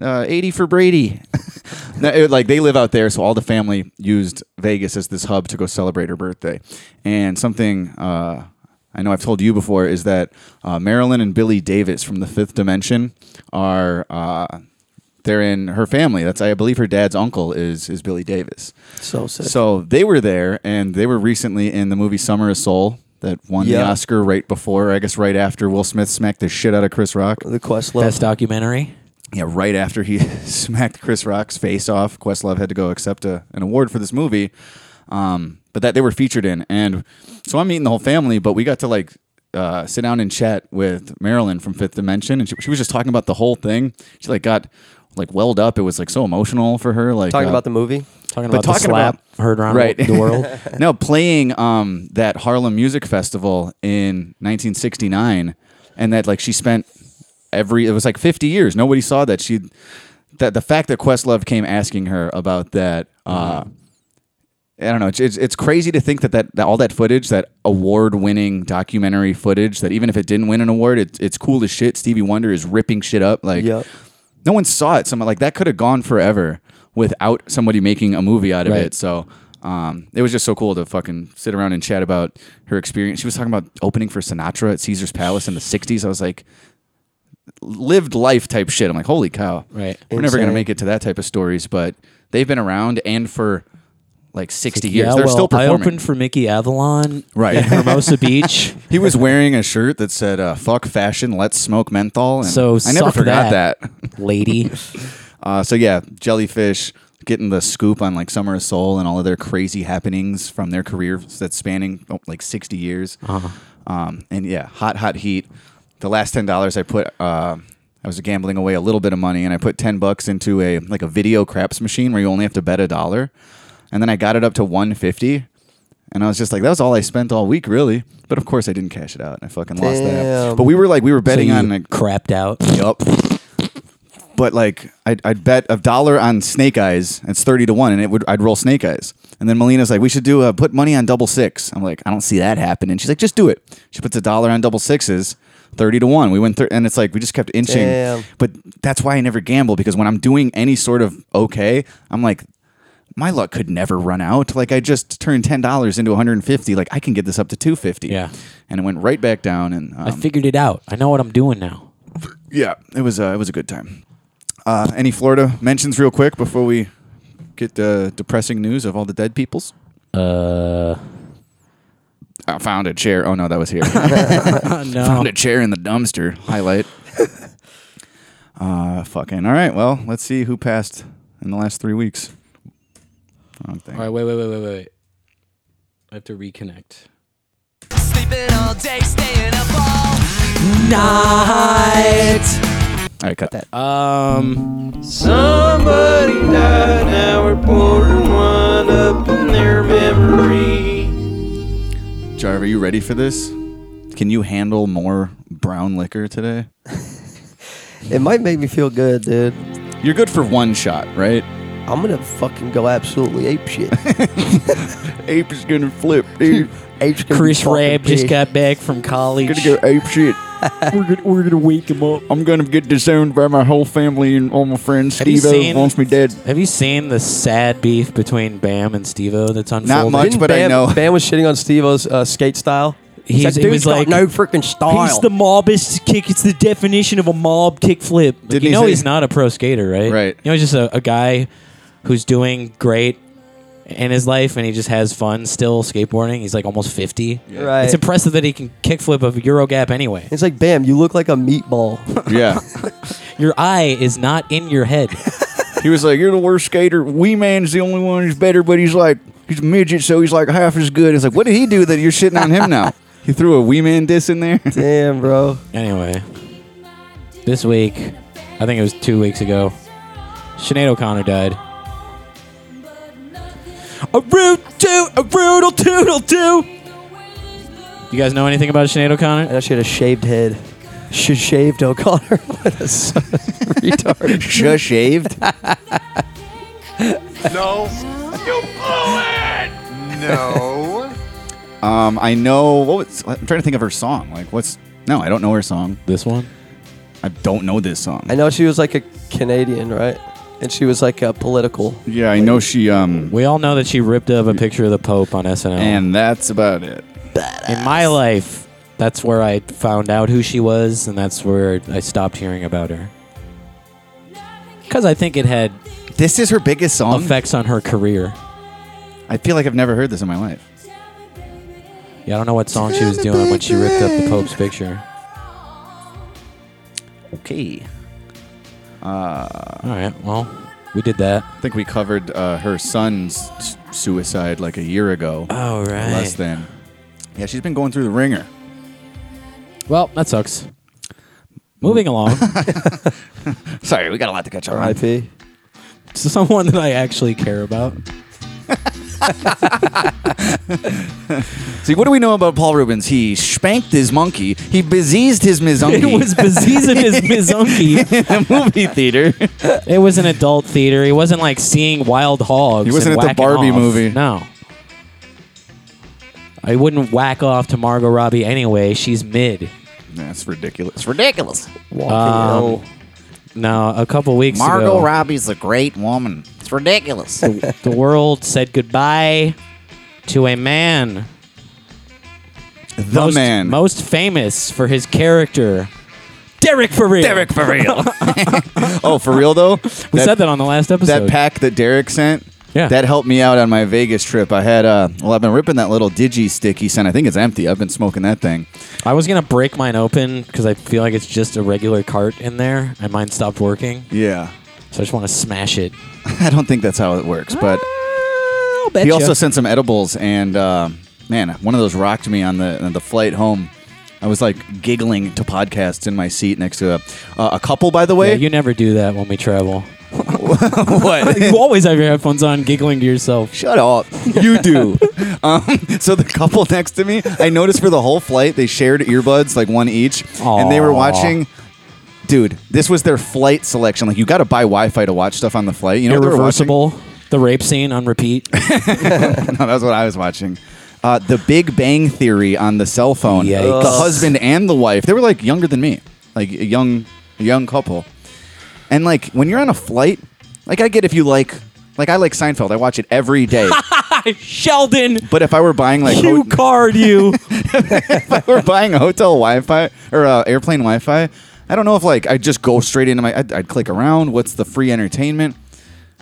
uh, 80 for brady [laughs] No, it- like they live out there so all the family used vegas as this hub to go celebrate her birthday and something uh, I know I've told you before is that uh, Marilyn and Billy Davis from the Fifth Dimension are uh, they're in her family. That's I believe her dad's uncle is is Billy Davis.
so sick.
So they were there, and they were recently in the movie Summer of Soul that won the
Yeah.
Oscar right before, or I guess right after Will Smith smacked the shit out of Chris Rock.
the quest
Best documentary.
Yeah, right after he [laughs] smacked Chris Rock's face off, Questlove had to go accept a, an award for this movie. Um, but that they were featured in, and so I'm meeting the whole family. But we got to like uh, sit down and chat with Marilyn from Fifth Dimension, and she, she was just talking about the whole thing. She like got like welled up. It was like so emotional for her. Like
Talking
uh,
about the movie.
Talking
But
about the
talking
slap
about-
heard around
right.
the world.
[laughs] no, playing um, that Harlem Music Festival in 1969, and that like she spent every it was like 50 years. Nobody saw that she that the fact that Questlove came asking her about that. Uh, I don't know. It's, it's, it's crazy to think that, that that all that footage, that award-winning documentary footage, that even if it didn't win an award, it, it's cool as shit. Stevie Wonder is ripping shit up. Like,
Yep.
no one saw it. Something like that could have gone forever without somebody making a movie out of
Right.
it. So um, it was just so cool to fucking sit around and chat about her experience. She was talking about opening for Sinatra at Caesar's Palace in the '60s. I was like, lived life type shit. I'm like, holy cow!
Right.
We're never gonna
Insane.
make it to that type of stories, but they've been around and for like 60 years,
Yeah,
they're
well,
still
I
performing.
opened for Mickey Avalon
[laughs] Right.
in Hermosa Beach.
he was wearing a shirt that said uh, "Fuck fashion, let's smoke menthol," and
So
I never
suck
forgot
that.
that.
Lady.
Uh, so yeah, jellyfish getting the scoop on like Summer of Soul and all of their crazy happenings from their career that's spanning oh, like sixty years. Um, and yeah, hot hot heat. The last ten dollars I put, uh, I was gambling away a little bit of money, and I put ten bucks into a like a video craps machine where you only have to bet a dollar, and then I got it up to one fifty. And I was just like, that was all I spent all week, really. But of course, I didn't cash it out, and I fucking lost that.
Damn.
But we were like, we were
So
betting
you
on like,
crapped out.
Yup. But like, I'd, I'd bet a dollar on Snake Eyes. It's thirty to one, and it would I'd roll Snake Eyes. And then Melina's like, "We should do a put money on double six. I'm like, "I don't see that happening." She's like, "Just do it." She puts a dollar on double sixes. 30 to 1 we went thir- and it's like we just kept inching
Damn.
but that's why i never gamble because when i'm doing any sort of okay i'm like my luck could never run out. Like I just turned ten dollars into one hundred and fifty. Like I can get this up to two fifty.
Yeah.
and it went right back down. And um,
I figured it out. I know what I'm doing now.
yeah, it was uh, it was a good time. Uh, any Florida mentions real quick before we get the depressing news of all the dead peoples?
Uh,
I found a chair. Oh no, that was here. [laughs]
no.
found a chair in the dumpster. Highlight. uh, fucking all right. Well, let's see who passed in the last three weeks. Wrong thing.
All right, wait, wait, wait, wait, wait, wait. I have to reconnect.
All right, cut that.
Um,
Somebody died, now we're pouring one up in their memory.
Jarve, are you ready for this? Can you handle more brown liquor today?
It might make me feel good, dude.
You're good for one shot, right?
I'm gonna fucking go absolutely
[laughs]
ape shit.
Ape is gonna flip, [laughs] dude.
Ape's gonna be
Chris
fucking
Rab just
big.
got back from college.
ape shit.
we're, gonna, we're gonna wake him up.
I'm gonna get disowned by my whole family and all my friends.
Have you
Steve O
seen-
wants me dead.
Have you seen the sad beef between Bam and Stevo that's unfolding?
much.
Didn't
but I
Bam,
know.
Bam was shitting on Steve-O's uh, skate style.
He's-
He's,
he
like, dude
was like,
no freaking style.
He's the mobbist kick. It's the definition of a mob kick flip.
Didn't
you know
say-
he's not a pro skater, right?
Right.
You know he's just a, a guy who's doing great in his life and he just has fun still skateboarding. He's like almost fifty.
Right.
It's impressive that he can kickflip a Eurogap anyway.
It's like, Bam, you look like
[laughs]
a meatball.
[laughs] Yeah,
Your eye is not in your head.
he was like, "You're the worst skater. Wee Man's the only one who's better, but he's like, he's a midget, so he's like half as good." It's like, what did he do that you're shitting on him now? [laughs] he threw a Wee Man diss in there. [laughs]
Damn, bro.
[laughs] anyway, this week, I think it was two weeks ago, Sinead O'Connor died. A root toot, a brutal toodle do. You guys know anything about Sinead O'Connor?
I know she had a shaved head. She shaved O'Connor. [laughs] What a son of a retard.
Just shaved.
No. You blew it!
No.
Um, I know. What was, I'm trying to think of her song. Like, what's? No, I don't know her song.
This one.
I don't know this song.
I know she was like a Canadian, right? And she was like a political.
yeah, I know she. Um,
We all know that she ripped up a picture of the Pope on SNL.
and that's about it.
in my life, that's where I found out who she was, and that's where I stopped hearing about her. Because I think it had
This is her biggest song.
effects on her career.
I feel like I've never heard this in my life.
Yeah, I don't know what song she was doing when she ripped up the Pope's picture.
Okay. Uh,
All right, well, we did that.
I think we covered uh, her son's s- suicide like a year ago.
All right.
Less than. Yeah, she's been going through the ringer.
Well, that sucks. Moving
[laughs]
along,
Sorry, we got a lot to catch up on.
IP.
to someone that I actually care about.
See, what do we know about Paul Rubens? He spanked his monkey. He beseezed
[laughs]
his mizunki.
It was
[laughs]
Baziz and his Mizunki.
in a movie theater.
It was an adult theater. He wasn't like seeing Wild Hogs.
He wasn't
and
at the
whacking
Barbie
off.
movie.
No. I wouldn't whack off to Margot Robbie anyway. She's mid.
That's ridiculous. It's ridiculous.
Um, no, a couple weeks ago,
Margot Robbie's a great woman. It's ridiculous.
the world said goodbye to a man
the
most,
man.
most famous for his character, Derek Farrell. Derek,
for
[laughs]
real. oh, for real though?
we said that on the last episode.
That pack that Derek sent.
Yeah.
That helped me out on my Vegas trip. I had uh well I've been ripping that little digi stick he sent. I think it's empty. I've been smoking that thing.
I was gonna break mine open because I feel like it's just a regular cart in there, and mine stopped working.
Yeah.
So I just want to smash it.
[laughs] I don't think that's how it works, but
Ah, I'll bet
he also sent some edibles and uh, man, one of those rocked me on the on the flight home. I was like giggling to podcasts in my seat next to a, uh, a couple, by the way.
yeah, you never do that when we travel.
[laughs] what?
[laughs] you always have your headphones on, giggling to yourself.
Shut up. You do. [laughs] um, so the couple next to me, I noticed for the whole flight, they shared earbuds, like one each, and they were
Aw.
watching dude, this was their flight selection. Like, you got to buy Wi-Fi to watch stuff on the flight. You know, what they were watching?
Irreversible. The rape scene on repeat. [laughs]
[laughs] no, that's what I was watching. Uh, the Big Bang Theory on the cell phone.
Yikes.
The husband and the wife. They were like younger than me, like a young, a young couple. And like when you're on a flight, like I get if you like, like I like Seinfeld. I watch it
[laughs]
every day.
Sheldon,
but if I were buying like
you
ho-
card
[laughs]
you.
if I were buying hotel Wi-Fi or uh, airplane Wi-Fi, I don't know if like I'd just go straight into my. I'd, I'd click around. What's the free entertainment?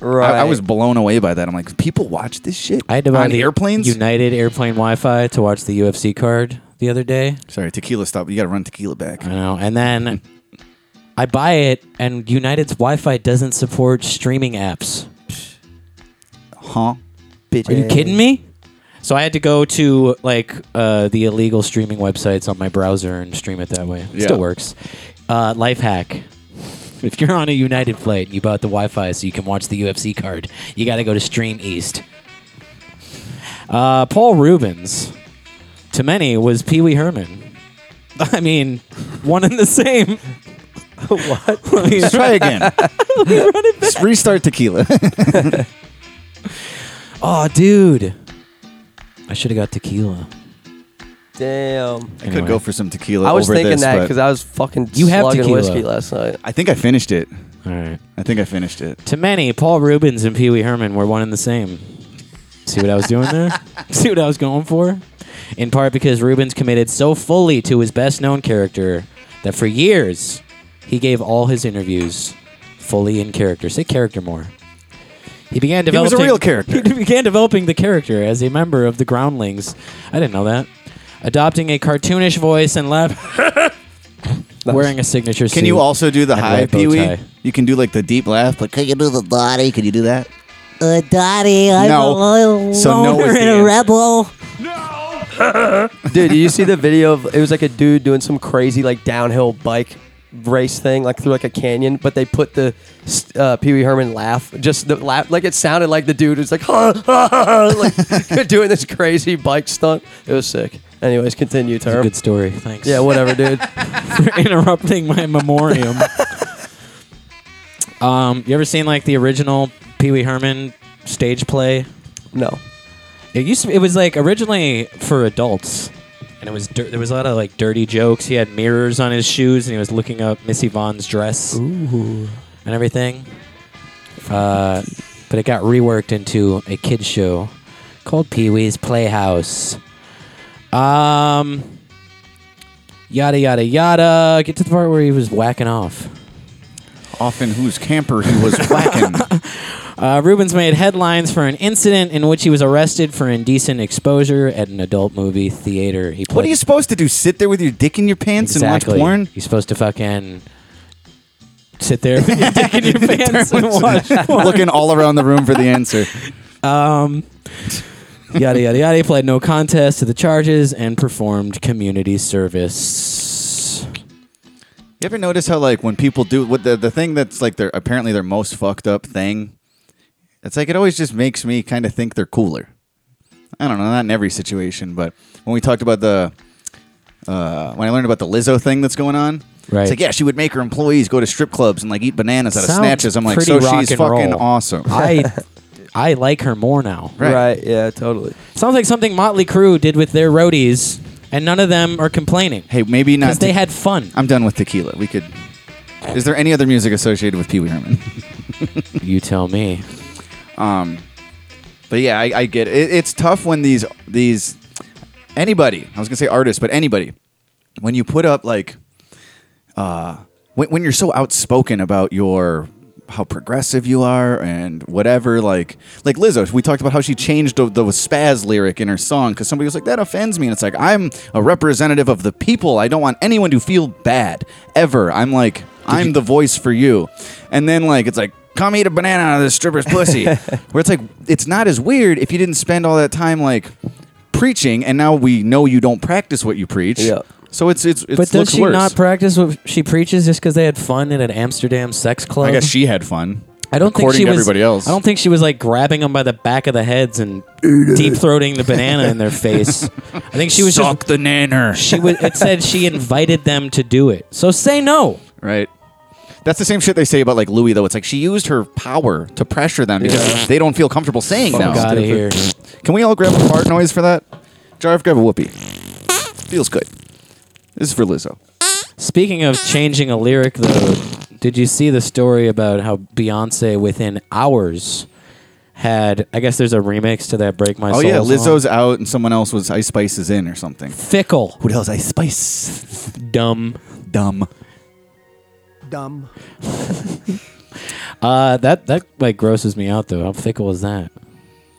Right.
I, I was blown away by that. I'm like, people watch this shit
I had to buy
on
the
airplanes.
United airplane Wi-Fi to watch the UFC card the other day.
Sorry, tequila stop. You got to run tequila back.
I know, and
[laughs]
then I buy it, and United's Wi-Fi doesn't support streaming apps.
Huh?
Are you kidding me? So I had to go to like uh, the illegal streaming websites on my browser and stream it that way. It
Yeah.
Still works. Uh, life hack: If you're on a United flight and you bought the Wi-Fi so you can watch the UFC card, you got to go to Stream East. Uh, Paul Rubens, to many, was Pee Wee Herman. [laughs] I mean, one and the same. [laughs] what?
Let's [laughs] try again. Let's Restart tequila. [laughs]
oh, dude. I should have got tequila.
Damn.
I could go for some tequila.
I was
over
thinking
this,
that
but
because I was fucking
You have
slugging
tequila.
whiskey last night.
I think I finished it.
All right.
I think I finished it.
To many, Paul Rubens and Pee Wee Herman were one and the same. See what I was doing
[laughs]
there? [laughs] See what I was going for? In part because Rubens committed so fully to his best known character that for years he gave all his interviews fully in character. Say character more. He began
He was
developing
a real character.
[laughs] He began developing the character as a member of the Groundlings. I didn't know that. Adopting a cartoonish voice and laugh wearing a signature
Can you also do the
and
high
red bow
Pee Wee?
tie.
You can do like the deep laugh, but can you do the body? Can you do that?
Uh, Daddy, I'm
No.
a loyal
So no
loner
is the
and a
answer.
rebel.
Dude, did you see the video of it was like a dude doing some crazy like downhill bike race thing like through like a canyon, but they put the uh, Pee Wee Herman laugh just the laugh like it sounded like the dude was like, [laughs] like [laughs] doing this crazy bike stunt. It was sick. Anyways, continue,
That's a
term.
good story. Thanks.
Yeah, whatever,
[laughs]
dude.
for interrupting my memoriam. um, you ever seen like the original Pee Wee Herman stage play?
No.
It used to. It was like originally for adults, and it was dir- there was a lot of like dirty jokes. He had mirrors on his shoes, and he was looking up Missy Vaughn's dress and everything. Uh, but it got reworked into a kids show called Pee Wee's Playhouse. Um, yada yada yada. Get to the part where he was whacking off.
Often whose camper he was whacking.
Uh, Rubens made headlines for an incident in which he was arrested for indecent exposure at an adult movie theater. He
[laughs] what are
played-
you supposed to do? Sit there with your dick in your pants and watch porn?
You're supposed to fucking sit there with your dick in
[laughs]
your pants and watch [laughs] porn.
Looking all around the room for the answer.
Um, yada yada yada. He played no contest to the charges and performed community service.
You ever notice how like when people do what the the thing that's like their apparently their most fucked up thing? It's like it always just makes me kind of think they're cooler. I don't know, not in every situation, but when we talked about the uh, when I learned about the Lizzo thing that's going on,
Right.
It's like yeah, she would make her employees go to strip clubs and like eat bananas out of
Sounds
snatches. I'm like,
pretty
so
rock
she's
and
fucking
roll.
awesome. [laughs]
I I like her more now.
Right.
right. Yeah, totally.
Sounds like something Motley Crue did with their roadies, and none of them are complaining
hey, maybe not.
because they
te-
had fun.
I'm done with tequila. We could. Is there any other music associated with Pee Wee Herman?
You tell me.
But yeah, I, I get it. it. It's tough when these these anybody I was gonna say artists, but anybody when you put up like uh when, when you're so outspoken about your how progressive you are and whatever like like Lizzo we talked about how she changed the, the spaz lyric in her song because somebody was like that offends me and it's like I'm a representative of the people I don't want anyone to feel bad ever I'm like I'm the voice for you and then like it's like come eat a banana out of this
[laughs]
stripper's pussy where it's like it's not as weird if you didn't spend all that time like preaching and now we know you don't practice what you preach
Yeah.
so it's it's it's
But does
looks
she
worse.
not practice what she preaches just because they had fun in an Amsterdam sex club?
I guess she had fun.
Um, I don't think
according
she
to
was.
everybody else.
I don't think she was like grabbing them by the back of the heads and deep throating the banana in their face. I think she was
the nanner.
just. She was. It said she invited them to do it. So say no.
Right. That's the same shit they say about like Louis though. It's like she used her power to pressure them because they don't feel comfortable saying no.
Fuck outta here.
Can we all grab a fart noise for that? Jarv, grab a whoopee. Feels good. This is for Lizzo.
Speaking of changing a lyric, though, did you see the story about how Beyonce, within hours, had I guess there's a remix to that "Break My
Oh
Soul"
yeah,
song?
Lizzo's out and someone else was Ice Spice is in or something.
fickle,
Who the hell's Ice Spice?
dumb.
Dumb.
Dumb.
Uh, that that like grosses me out though. How fickle is that?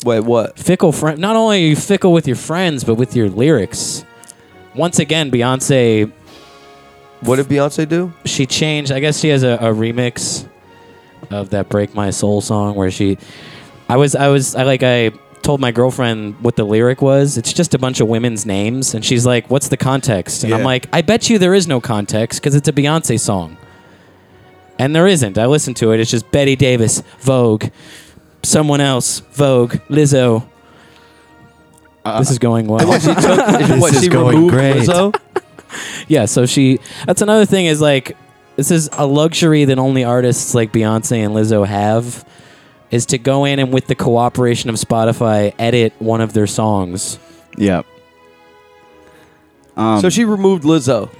Wait, what?
Fickle friend. Not only are you fickle with your friends, but with your lyrics. Once again, Beyonce
What did
[laughs]
Beyonce do?
she changed. I guess she has a, a remix of that "Break My Soul" song where she. I was I was I like I told my girlfriend what the lyric was. It's just a bunch of women's names, and she's like, "What's the context?" And I'm
Yeah.
like, "I bet you there is no context because it's a Beyonce song." And there isn't. I listened to it. It's just Betty Davis, Vogue, someone else, Vogue, Lizzo. this is going well.
what,
is
she
going
removed
great.
Lizzo?
Yeah, so she that's another thing is like this is a luxury that only artists like Beyonce and Lizzo have is to go in and with the cooperation of Spotify edit one of their songs.
[laughs] Yeah. Um,
so she removed Lizzo.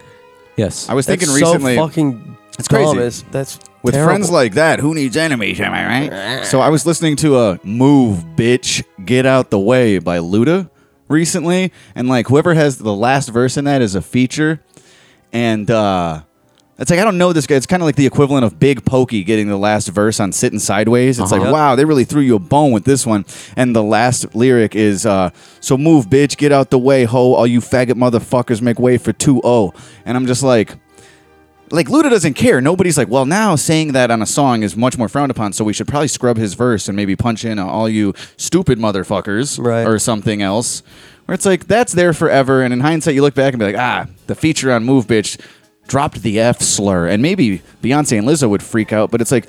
Yes.
I was thinking
That's
recently.
so fucking
It's crazy.
dumb. It's- that's
With
terrible.
friends like that, who needs enemies? Am I right? So I was listening to a "Move, Bitch, Get Out the Way" by Luda recently, and like whoever has the last verse in that is a feature, and uh it's like I don't know this guy. It's kind of like the equivalent of Big Pokey getting the last verse on "Sitting Sideways." It's like wow, they really threw you a bone with this one. And the last lyric is uh "So move, bitch, get out the way, ho! All you faggot motherfuckers, make way for 2-0. And I'm just like like Luda doesn't care. Nobody's like, well, now saying that on a song is much more frowned upon, so we should probably scrub his verse and maybe punch in on all you stupid motherfuckers
Right.
or something else. Where it's like that's there forever, and in hindsight, you look back and be like, ah, the feature on Move Bitch dropped the F slur, and maybe Beyonce and Lizzo would freak out, but it's like.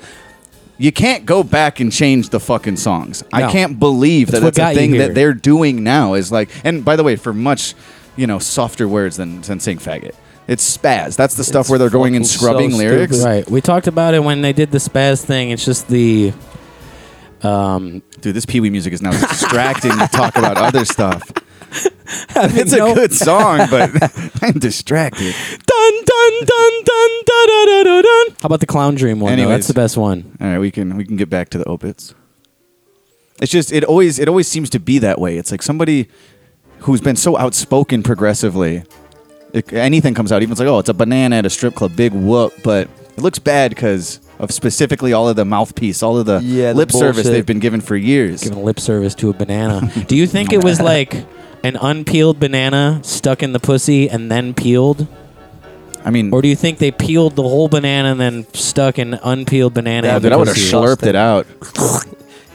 You can't go back and change the fucking songs.
No.
I can't believe
That's
that
what
that's
got
a
you
thing
here.
that they're doing now. Is like, and by the way, for much, you know, softer words than than saying faggot. It's spaz. That's the stuff
It's
where they're going and
fucking so
scrubbing lyrics.
stupid.
right. We talked about it when they did the spaz thing. It's just the um
Dude, this Pee Wee music is now distracting to talk
[laughs]
about other stuff. [laughs] It's
no-
a good song,
[laughs]
but [laughs] I'm distracted.
dun dun dun dun dun dun dun dun. dun. How about the clown dream one? Though?
Anyways.
That's the best one.
All right, we can we can get back to the opits. It's just it always it always seems to be that way. It's like somebody who's been so outspoken progressively. It, anything comes out, even it's like, oh, it's a banana at a strip club, big whoop, but it looks bad because of specifically all of the mouthpiece, all of the
Yeah, the
lip service
bullshit.
they've been given for years.
giving lip service to a banana. Do you think it
[laughs]
was like an unpeeled banana stuck in the pussy and then peeled?
I mean,
Or do you think they peeled the whole banana and then stuck an unpeeled banana?
Yeah,
in
dude,
the
I would have
pussy?
slurped it out.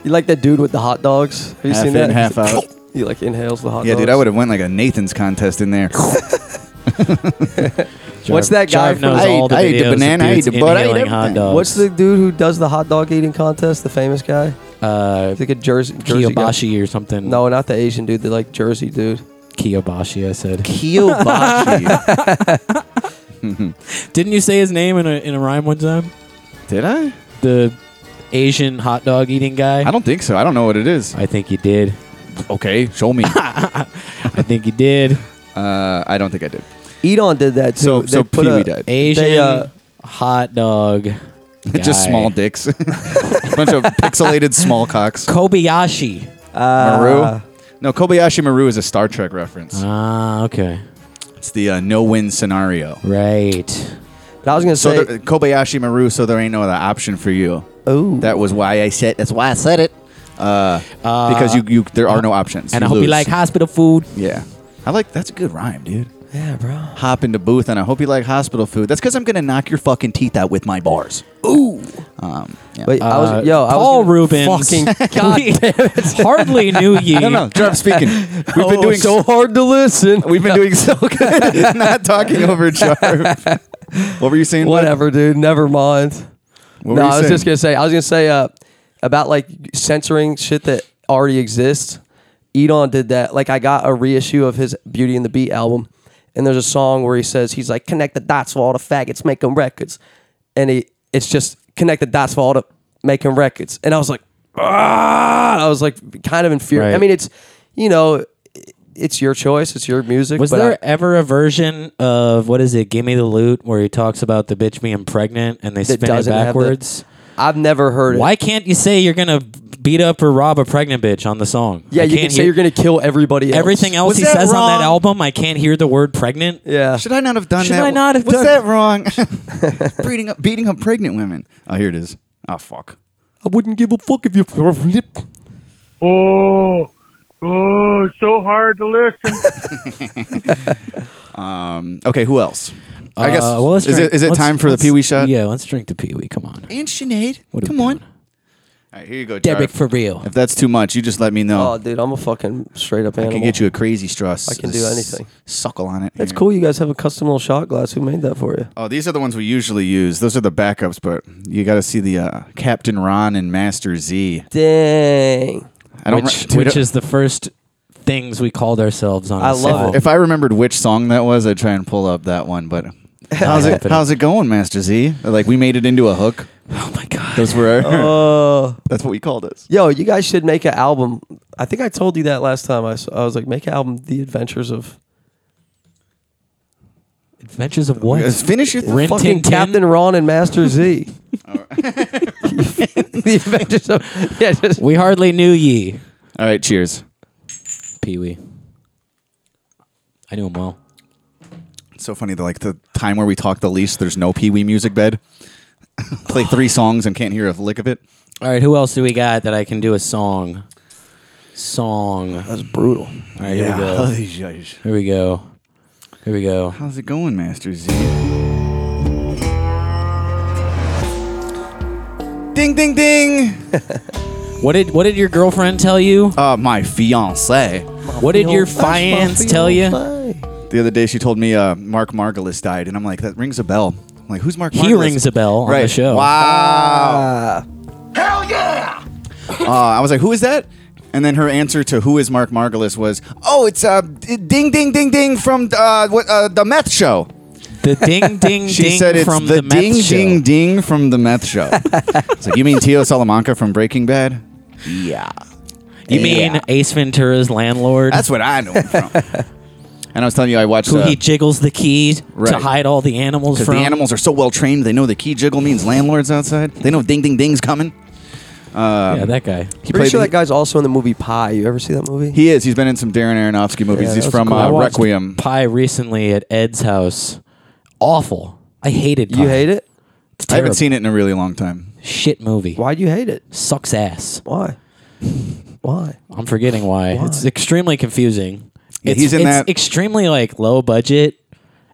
You like that dude with the hot dogs? Have you
Half
seen
in,
that? [laughs]
half out.
He like inhales the hot
Yeah,
dogs.
dude, I would have went like a Nathan's contest in there.
What's that guy
Jarve
from-
knows
I
all
ate-
the
I ate the
videos of
banana, I ate
dudes
the butt, I ate
inhaling hot
everything.
dogs.
What's the dude who does the hot dog eating contest? The famous guy?
uh,
He's like a Jersey. Jersey guy.
Kiyobashi or something?
No, not the Asian dude. The like Jersey dude.
Kiyobashi. I said.
Kielbashi.
Didn't you say his name in a in a rhyme one time?
[laughs] Did I?
The Asian hot dog eating guy.
I don't think so. I don't know what it is.
I think you did.
Okay, show me.
I think you did.
[laughs] Uh, I don't think I did.
Edon did that too.
So,
They
so
put
Pee Wee
a-
died.
Asian
They, uh,
hot dog.
[laughs] Just
guy.
small dicks. [laughs] Bunch of pixelated small
Uh.
cocks.
Kobayashi.
uh,
Maru. No, Kobayashi Maru is a Star Trek reference.
Ah, okay.
It's the uh, no-win scenario.
Right.
But I was gonna
So
say.
there, Kobayashi Maru. So there ain't no other option for you.
oh,
That was why I said. That's why I said it. Uh, because you, you there are no options.
And I hope you
lose.
like hospital
[laughs]
food.
Yeah, I like. That's a good rhyme, dude.
yeah, bro.
hop into booth and I hope you like hospital food. That's because I'm gonna knock your fucking teeth out with my bars. Ooh. Um, yeah.
Wait, I
Uh,
was yo.
Paul
I was gonna-
Rubens. [laughs]
Fucking
We Hardly knew ye.
no, no,
[laughs]
Jarv speaking. We've
Oh,
been doing
so hard to listen.
[laughs] We've been doing so
[laughs]
good. [laughs] Not talking over Jarv. what were you saying? bud?
Whatever, dude. Never mind.
What were
no,
you
I was
saying?
just gonna say. I was gonna say uh, about like censoring shit that already exists. Edon did that. Like I got a reissue of his Beauty and the Beat album, and there's a song where he says he's like connect the dots for all the faggots making records, and he it's just connect the dots for all the making records. And I was like, ah, I was like kind of in fear.
Right.
I mean, it's you know, it's your choice, it's your music.
Was
but
there
I-
ever a version of what is it? Give me the loot, where he talks about the bitch being pregnant and they
that
spin it
doesn't have the-
backwards.
I've never heard it.
Why can't you say you're gonna beat up or rob a pregnant bitch on the song?
Yeah,
I
you
can't
can say
hear-
you're gonna kill everybody. Else.
everything else
Was
he
that
says on
wrong?
that album. I can't hear the word pregnant.
Yeah.
Should I not have done
uh, Should
that?
I not have
Was
done-
that wrong?
[laughs]
beating up beating up pregnant women. Oh, here it is. Oh fuck.
I wouldn't give a fuck if you.
Oh, oh, it's so hard to listen.
Okay, who else? I guess.
Uh, well, let's
is
drink-
it is it
let's-
time for the
let's-
pee wee shot?
Yeah, let's drink the pee wee. Come on,
And Sinead,
What are
come
we
on.
doing?
All right, here you go,
Derek,
Derek.
for real.
if that's too much, you just let me know.
Oh, dude, I'm a fucking straight up
I
animal.
can get you a crazy strass.
I can do
S-
anything.
Suckle on it.
That's
Here.
cool. You guys have a custom little shot glass. Who made that for you?
Oh, these are the ones we usually use. Those are the backups, but you got to see the uh, Captain Ron and Master Z.
Dang.
I don't
which
re- we
which
don't-
is the first things we called ourselves on.
I
this
love
album.
[laughs] if I remembered which song that was, I'd try and pull up that one.
[laughs]
But how's it? how's it going, Master Z? Like we made it into a hook.
Oh my god.
Those were our,
Uh,
[laughs] that's what we called us.
yo, you guys should make an album. I think I told you that last time. I, s- I was like, make an album, The Adventures of
Adventures of what?
Let's finish your
Rin Tin
fucking
Tin?
Captain Ron and
[laughs]
Master Z. [laughs] the Adventures of yeah, just,
We hardly knew ye,
All right, cheers.
Pee Wee. I knew him well.
It's so funny that like the time where we talk the least, there's no Pee Wee music bed. [laughs] Play three songs and can't hear a lick of it.
All right, who else do we got that I can do a song? Song. All
that's brutal.
right, here we
[laughs]
go. Here we go. Here we go.
How's it going, Master Z? Ding ding ding!
What did what did your girlfriend tell you?
Uh, my fiance.
What did your fiance tell you?
The other day, she told me uh, Mark Margulis died, and I'm like, that rings a bell. I'm like, who's Mark?
He
Margulis?
rings a bell on
right.
the show.
Wow. Hell yeah! uh, I was like, who is that? And then her answer to who is Mark Margulis was, oh, it's uh, d- ding ding ding ding from uh, what, uh, the meth show.
The
[laughs]
ding ding
She
ding
said it's
from
the,
the, meth
ding
show.
ding ding from the
[laughs]
meth show. it's like, you mean Tio Salamanca from Breaking Bad? Yeah.
You mean
Yeah.
Ace Ventura's landlord?
That's what I know him from. and I was telling you, I watched
who
uh,
he jiggles the key to
Right.
hide all the animals
Because
from.
the animals are so well trained, they know the key jiggle means landlords outside. They know ding ding ding's coming.
yeah, that guy.
He
Pretty
played.
sure
the-
that guy's also in the movie Pie. You ever see that movie?
he is. He's been in some Darren Aronofsky movies.
Yeah,
he's
that was
from
cool.
uh,
I watched
Requiem.
Mm-hmm. Pie recently at Ed's house. Awful. I hated. Pie.
you hate it?
It's
I haven't
terrible.
seen it in a really long time.
shit movie.
Why do you hate it?
Sucks ass.
[sighs]
Why? Why?
I'm forgetting why.
Why?
It's extremely confusing.
Yeah,
it's,
he's in
it's
that-
extremely like low budget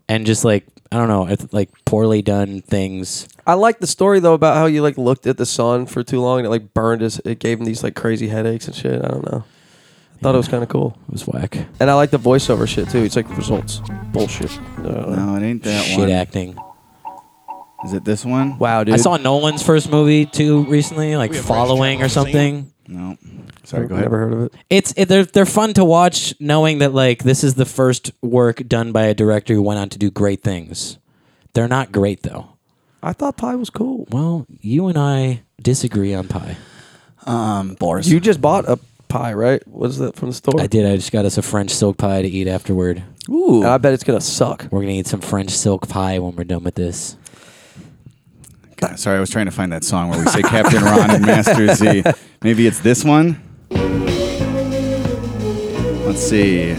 and just like I don't know, it's, like poorly done things.
I like the story though about how you like looked at the sun for too long and it like burned his it gave him these like crazy headaches and shit. I don't know. I thought it was kind of cool.
It was whack.
And I like the voiceover shit too. It's like results. Bullshit. Uh,
No, it ain't that
Shit
one.
acting.
Is it this one?
wow, dude.
I saw Nolan's first movie too recently, like Following or something.
No. Sorry.
Never,
Go ahead.
never heard of it.
It's it, they're they're fun to watch, knowing that like this is the first work done by a director who went on to do great things. They're not great though.
I thought pie was cool.
Well, you and I disagree on pie.
Um, Boris.
You just bought a pie, right? Was that from the store?
I did. I just got us a French silk pie to eat afterward.
Ooh.
And I bet it's gonna suck.
We're gonna eat some French silk pie when we're done with this.
God, Uh, sorry, I was trying to find that song where we say Captain Ron and Master Z. Maybe it's this one. Let's see.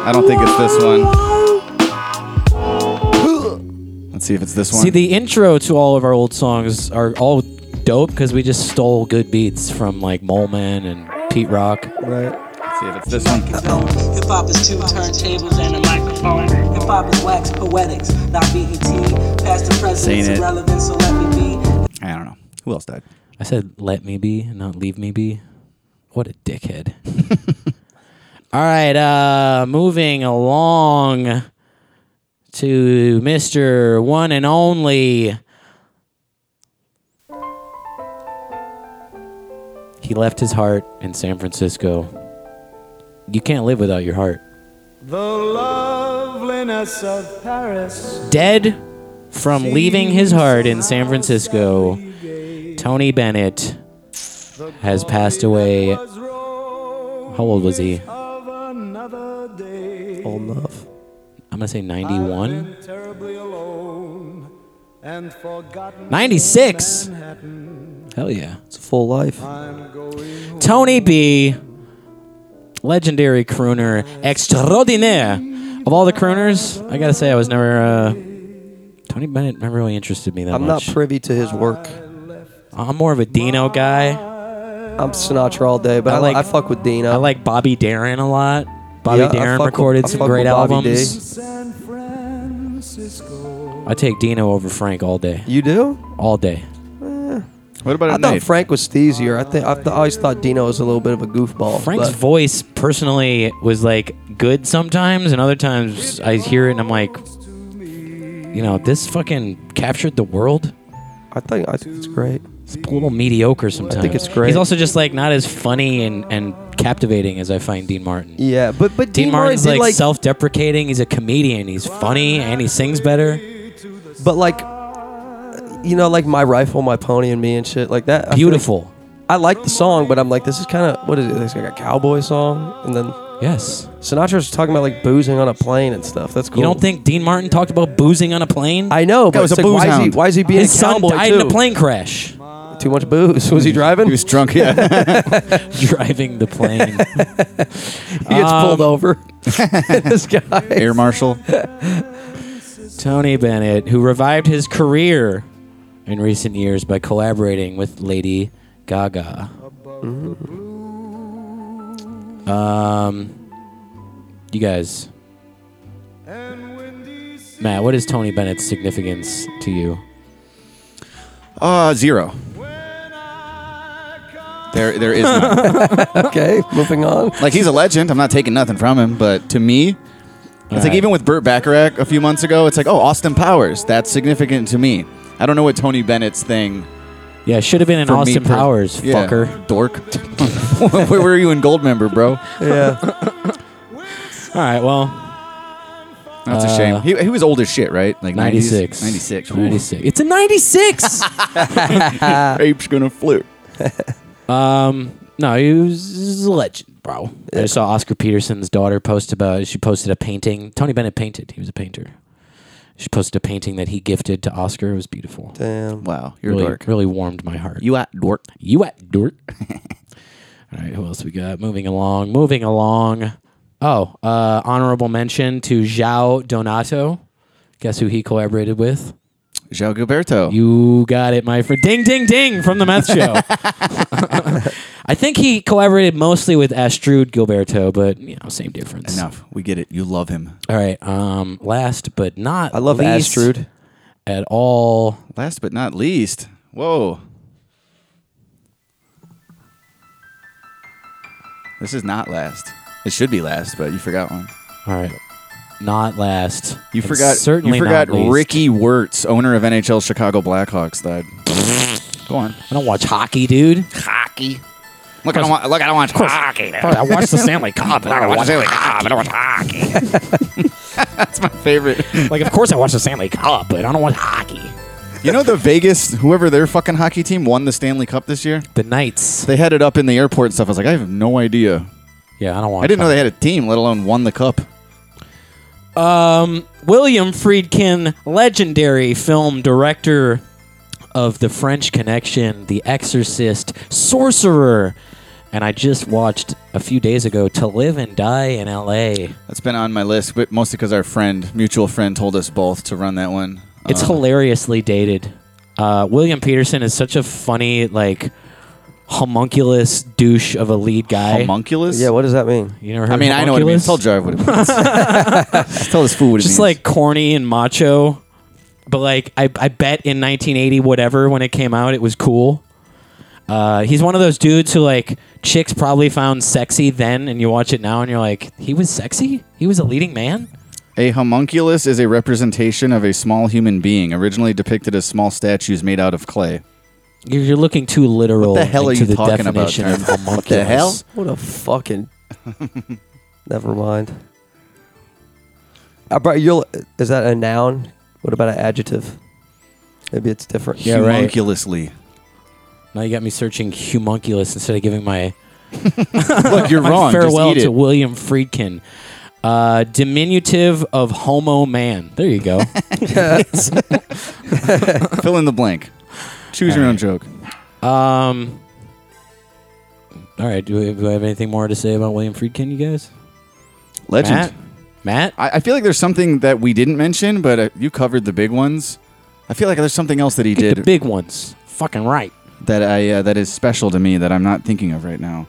I don't think it's this one. Let's see if it's this one.
See, the intro to all of our old songs are all dope because we just stole good beats from like Moleman and Pete Rock.
Let's see if it's this one.
Hip hop is two turntables and a microphone. Hip hop is wax poetics, not BET. Past and present
Seen
is
it.
irrelevant, so let me be.
I don't know. Who else died?
I said, "Let me be, not leave me be." What a dickhead! all right, uh, moving along to Mister One and Only. He left his heart in San Francisco. You can't live without your heart.
The loveliness of Paris.
Dead From Leaving His Heart in San Francisco, Tony Bennett has passed away. How old was he?
Old enough.
I'm going to say 91. 96. Hell yeah.
It's a full life.
Tony B, legendary crooner extraordinaire. Of all the crooners, I gotta say I was never. Uh, Tony Bennett never really interested me that
I'm not
much.
privy to his work.
I'm more of a Dino guy.
I'm Sinatra all day, but
I
I,
like-
like, I fuck with Dino.
I like Bobby Darin a lot. Bobby
Yeah, I
Darin
fuck with-
recorded
I
some
fuck
great
with Bobby
albums. I take Dino over Frank all day.
you do?
All day.
What about
I
at
thought
night?
Frank was steezier. I think I th- I always thought Dino was a little bit of a goofball.
Frank's
but-
voice personally was like good sometimes, and other times I hear it and I'm like, you know, this fucking captured the world.
I think I think it's great.
It's a little mediocre sometimes.
it's great.
He's also just like not as funny and, and captivating as I find Dean Martin.
Yeah, but but
Dean,
Dean Martin
Martin's
did
like,
like,
self-deprecating. He's a comedian. He's funny and he sings better.
but like, you know, like my rifle, my pony, and me and shit like that. I feel like-
Beautiful.
I like the song, but I'm like, this is kind of what is it? It's like a cowboy song, and then
Yes.
Sinatra's talking about like boozing on a plane and stuff. That's cool.
You don't think Dean Martin talked about boozing on a plane?
I know, but
was
it's
a
like, why is, he,
boozhound.
why is he being
His
a
son
cowboy
died
too?
in a plane crash. [laughs]
Too much booze. Was he driving?
He was drunk. Yeah.
Driving the plane.
[laughs] He gets pulled over. [laughs] this guy.
Um, Air Marshal.
Tony Bennett, who revived his career in recent years by collaborating with Lady Gaga. Mm-hmm. Um, you guys, Matt, what is Tony Bennett's significance to you?
Uh, zero. There, there is none.
Okay,
[laughs]
moving on.
like he's a legend. I'm not taking nothing from him, but to me, it's like
right.
even with Burt Bacharach a few months ago, it's like, oh, Austin Powers. That's significant to me. I don't know what Tony Bennett's thing.
Yeah, should have been in
for me
Austin
per-
Powers,
Yeah,
fucker.
dork. [laughs] Where were you in Goldmember, bro?
Yeah.
All right, well,
That's
Uh,
a shame. He, he was old as shit, right? Like 90s?
96.
96. Ooh.
96. It's a
[laughs]
96!
Uh, Ape's gonna flip.
Um, no, he was, he was a legend, bro. I saw Oscar Peterson's daughter post about. She posted a painting. Tony Bennett painted. He was a painter. She posted a painting that he gifted to Oscar. It was beautiful.
Damn.
Wow, you're
Really,
a dork.
really warmed my heart.
You at dork?
you at
[laughs]
dirt? All right, who else we got? Moving along, moving along. Oh, uh, honorable mention to Zhao Donato. Guess who he collaborated with?
Joe Gilberto.
You got it, my friend. Ding, ding, ding from the meth
[laughs]
show. I think he collaborated mostly with Astrud Gilberto, but you know, same difference.
Enough. We get it. You love him.
All right. Um, last but not
I love
least
Astrude.
at all.
Last but not least. Whoa. This is not last. It should be last, but you forgot one.
All right, not last.
You
and
forgot.
Certainly
you forgot
not least.
Ricky Wirtz, owner of NHL Chicago Blackhawks. Died. Go on.
I don't watch hockey, dude.
Hockey. Look, I don't want. Look, I don't want hockey.
I watch the [laughs] Stanley Cup. I don't watch
I
[laughs]
don't want hockey. That's my favorite.
Like, of course, I watch the Stanley Cup, but I don't watch hockey.
You know the Vegas, whoever their fucking hockey team won the Stanley Cup this year.
The Knights.
They had it up in the airport and stuff. I was like, I have no idea.
Yeah, I don't watch.
I didn't know they had a team, let alone won the cup.
Um, William Friedkin, legendary film director of The French Connection, The Exorcist, Sorcerer. And I just watched a few days ago To Live and Die in LA.
That's been on my list, but mostly because our friend, mutual friend, told us both to run that one.
It's
Uh,
hilariously dated. Uh, William Peterson is such a funny, like, homunculus douche of a lead guy.
homunculus.
Yeah, what does that mean?
you never heard
I mean, I know what it means.
homunculus?
Tell Jarve what it means. [laughs] Just tell this fool what it means.
just like corny and macho. But like, I, I bet in 1980, whatever, when it came out, it was cool. Uh, he's one of those dudes who like chicks probably found sexy then, and you watch it now, and you're like, he was sexy. He was a leading man.
a homunculus is a representation of a small human being, originally depicted as small statues made out of clay.
You're, you're looking too literal.
the hell are
into
you
the
talking about,
definition
Trev?
Of
What the
homunculus.
hell?
What a fucking. Never mind. Uh, I brought you. Is that a noun? What about an adjective? Maybe it's different.
Yeah, right. [laughs]
Humunculously.
Now you got me searching humunculus instead of giving my
Look, you're
my
wrong. Just
Farewell
eat
to
it.
William Friedkin. Uh, diminutive of homo man. There you go.
Fill in the blank. Choose your own joke.
um. All right. Do we, do I have anything more to say about William Friedkin, you guys?
Legend.
Matt. Matt?
I, I feel like there's something that we didn't mention, but uh, you covered the big ones. I feel like there's something else that he
Get the
did
big ones. Fucking right.
that I uh, that is special to me that I'm not thinking of right now.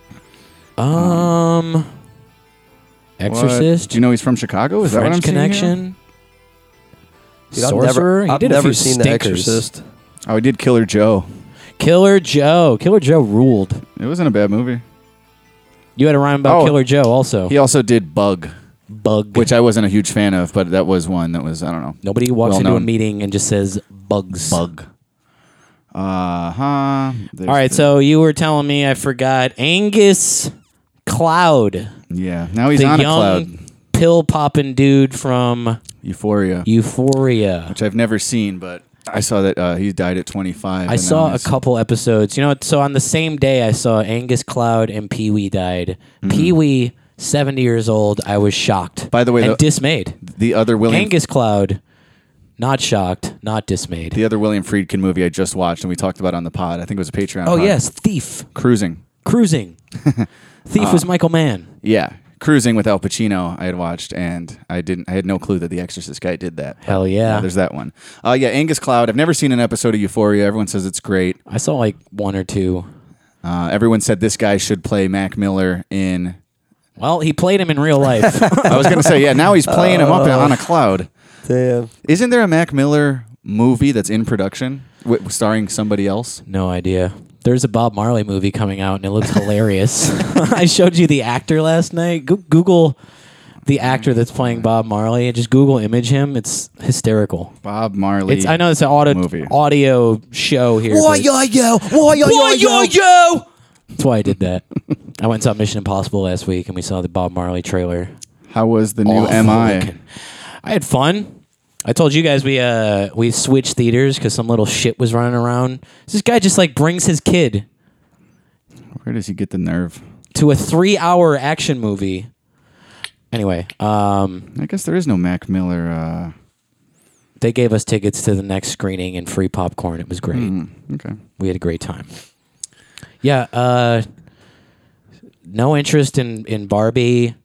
Um.
What?
Exorcist.
Do you know he's from Chicago? Is
French
that what I'm seeing here?
Connection.
Dude, I've
Sorcerer.
never,
he
I've
did a
never
few
seen The
stinkers.
Exorcist.
Oh, he did Killer Joe.
Killer Joe. Killer Joe ruled.
It wasn't a bad movie.
You had a rhyme about
Oh.
Killer Joe also.
He also did Bug,
Bug.
which I wasn't a huge fan of, but that was one that was I don't know.
Nobody walks
Well
into a
known.
meeting and just says bugs.
Bug. Uh huh.
All right, so you were telling me I forgot Angus Cloud,
yeah, now he's
the
on a
young
cloud.
pill popping dude from
Euphoria,
Euphoria.
which I've never seen, but I saw that uh, he died at 25.
I
and
saw
then
a couple episodes. You know, what? so on the same day I saw Angus Cloud and Pee Wee died. Pee Wee, seventy years old. I was shocked.
Mm-hmm. By the way,
and
the-
dismayed.
The other William
Angus Cloud, not shocked, not dismayed.
the other William Friedkin movie I just watched and we talked about on the pod. I think it was a Patreon.
oh
pod.
yes, Thief,
Cruising. [laughs]
Cruising. Thief
Uh.
was Michael Mann.
Yeah, Cruising with Al Pacino. I had watched and I didn't. I had no clue that the Exorcist guy did that.
Hell yeah.
there's that one. Uh, yeah, Angus Cloud. I've never seen an episode of Euphoria. Everyone says it's great.
I saw like one or two.
Uh, everyone said this guy should play Mac Miller in.
Well, he played him in real
[laughs]
life.
I was gonna say yeah. Now he's
[laughs]
playing him up
Uh.
on a cloud.
Damn.
Isn't there a Mac Miller movie that's in production wi- starring somebody else?
no idea. There's a Bob Marley movie coming out, and it looks hilarious. [laughs] I showed you the actor last night. Go- Google the actor that's playing Bob Marley. and Just Google image him. It's hysterical.
Bob Marley.
It's I know it's an audio
Movie.
audio show here.
Why
but
yo yo? Why yo yo yo? yo?
That's why I did that. I went and saw Mission Impossible last week, and we saw the Bob Marley trailer.
How was the new
awful
MI?
looking. I had fun. I told you guys we uh we switched theaters because some little shit was running around. This guy just like brings his kid
Where does he get the nerve?
to a three-hour action movie. Anyway, um,
I guess there is no Mac Miller. Uh,
they gave us tickets to the next screening and free popcorn. It was great.
uh, Mm-hmm. hmm, okay.
We had a great time. Yeah. Uh, no interest in in Barbie.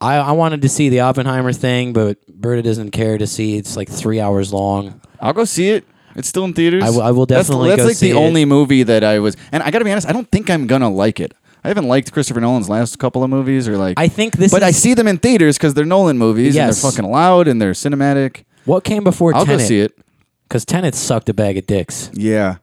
I, I wanted to see the Oppenheimer thing, but Berta doesn't care to see. It's like three hours long.
I'll go see it. It's still in theaters.
I will- I will
That's-
definitely
That's,
go
like
see
the
it.
only movie that I was, and I got to be honest, I don't think I'm gonna like it. I haven't liked Christopher Nolan's last couple of movies, or like
I think this.
but
is,
I see them in theaters because they're Nolan movies
Yes.
and they're fucking loud and they're cinematic.
What came before
I'll
Tenet?
go see it.
Because Tenet sucked a bag of dicks.
Yeah.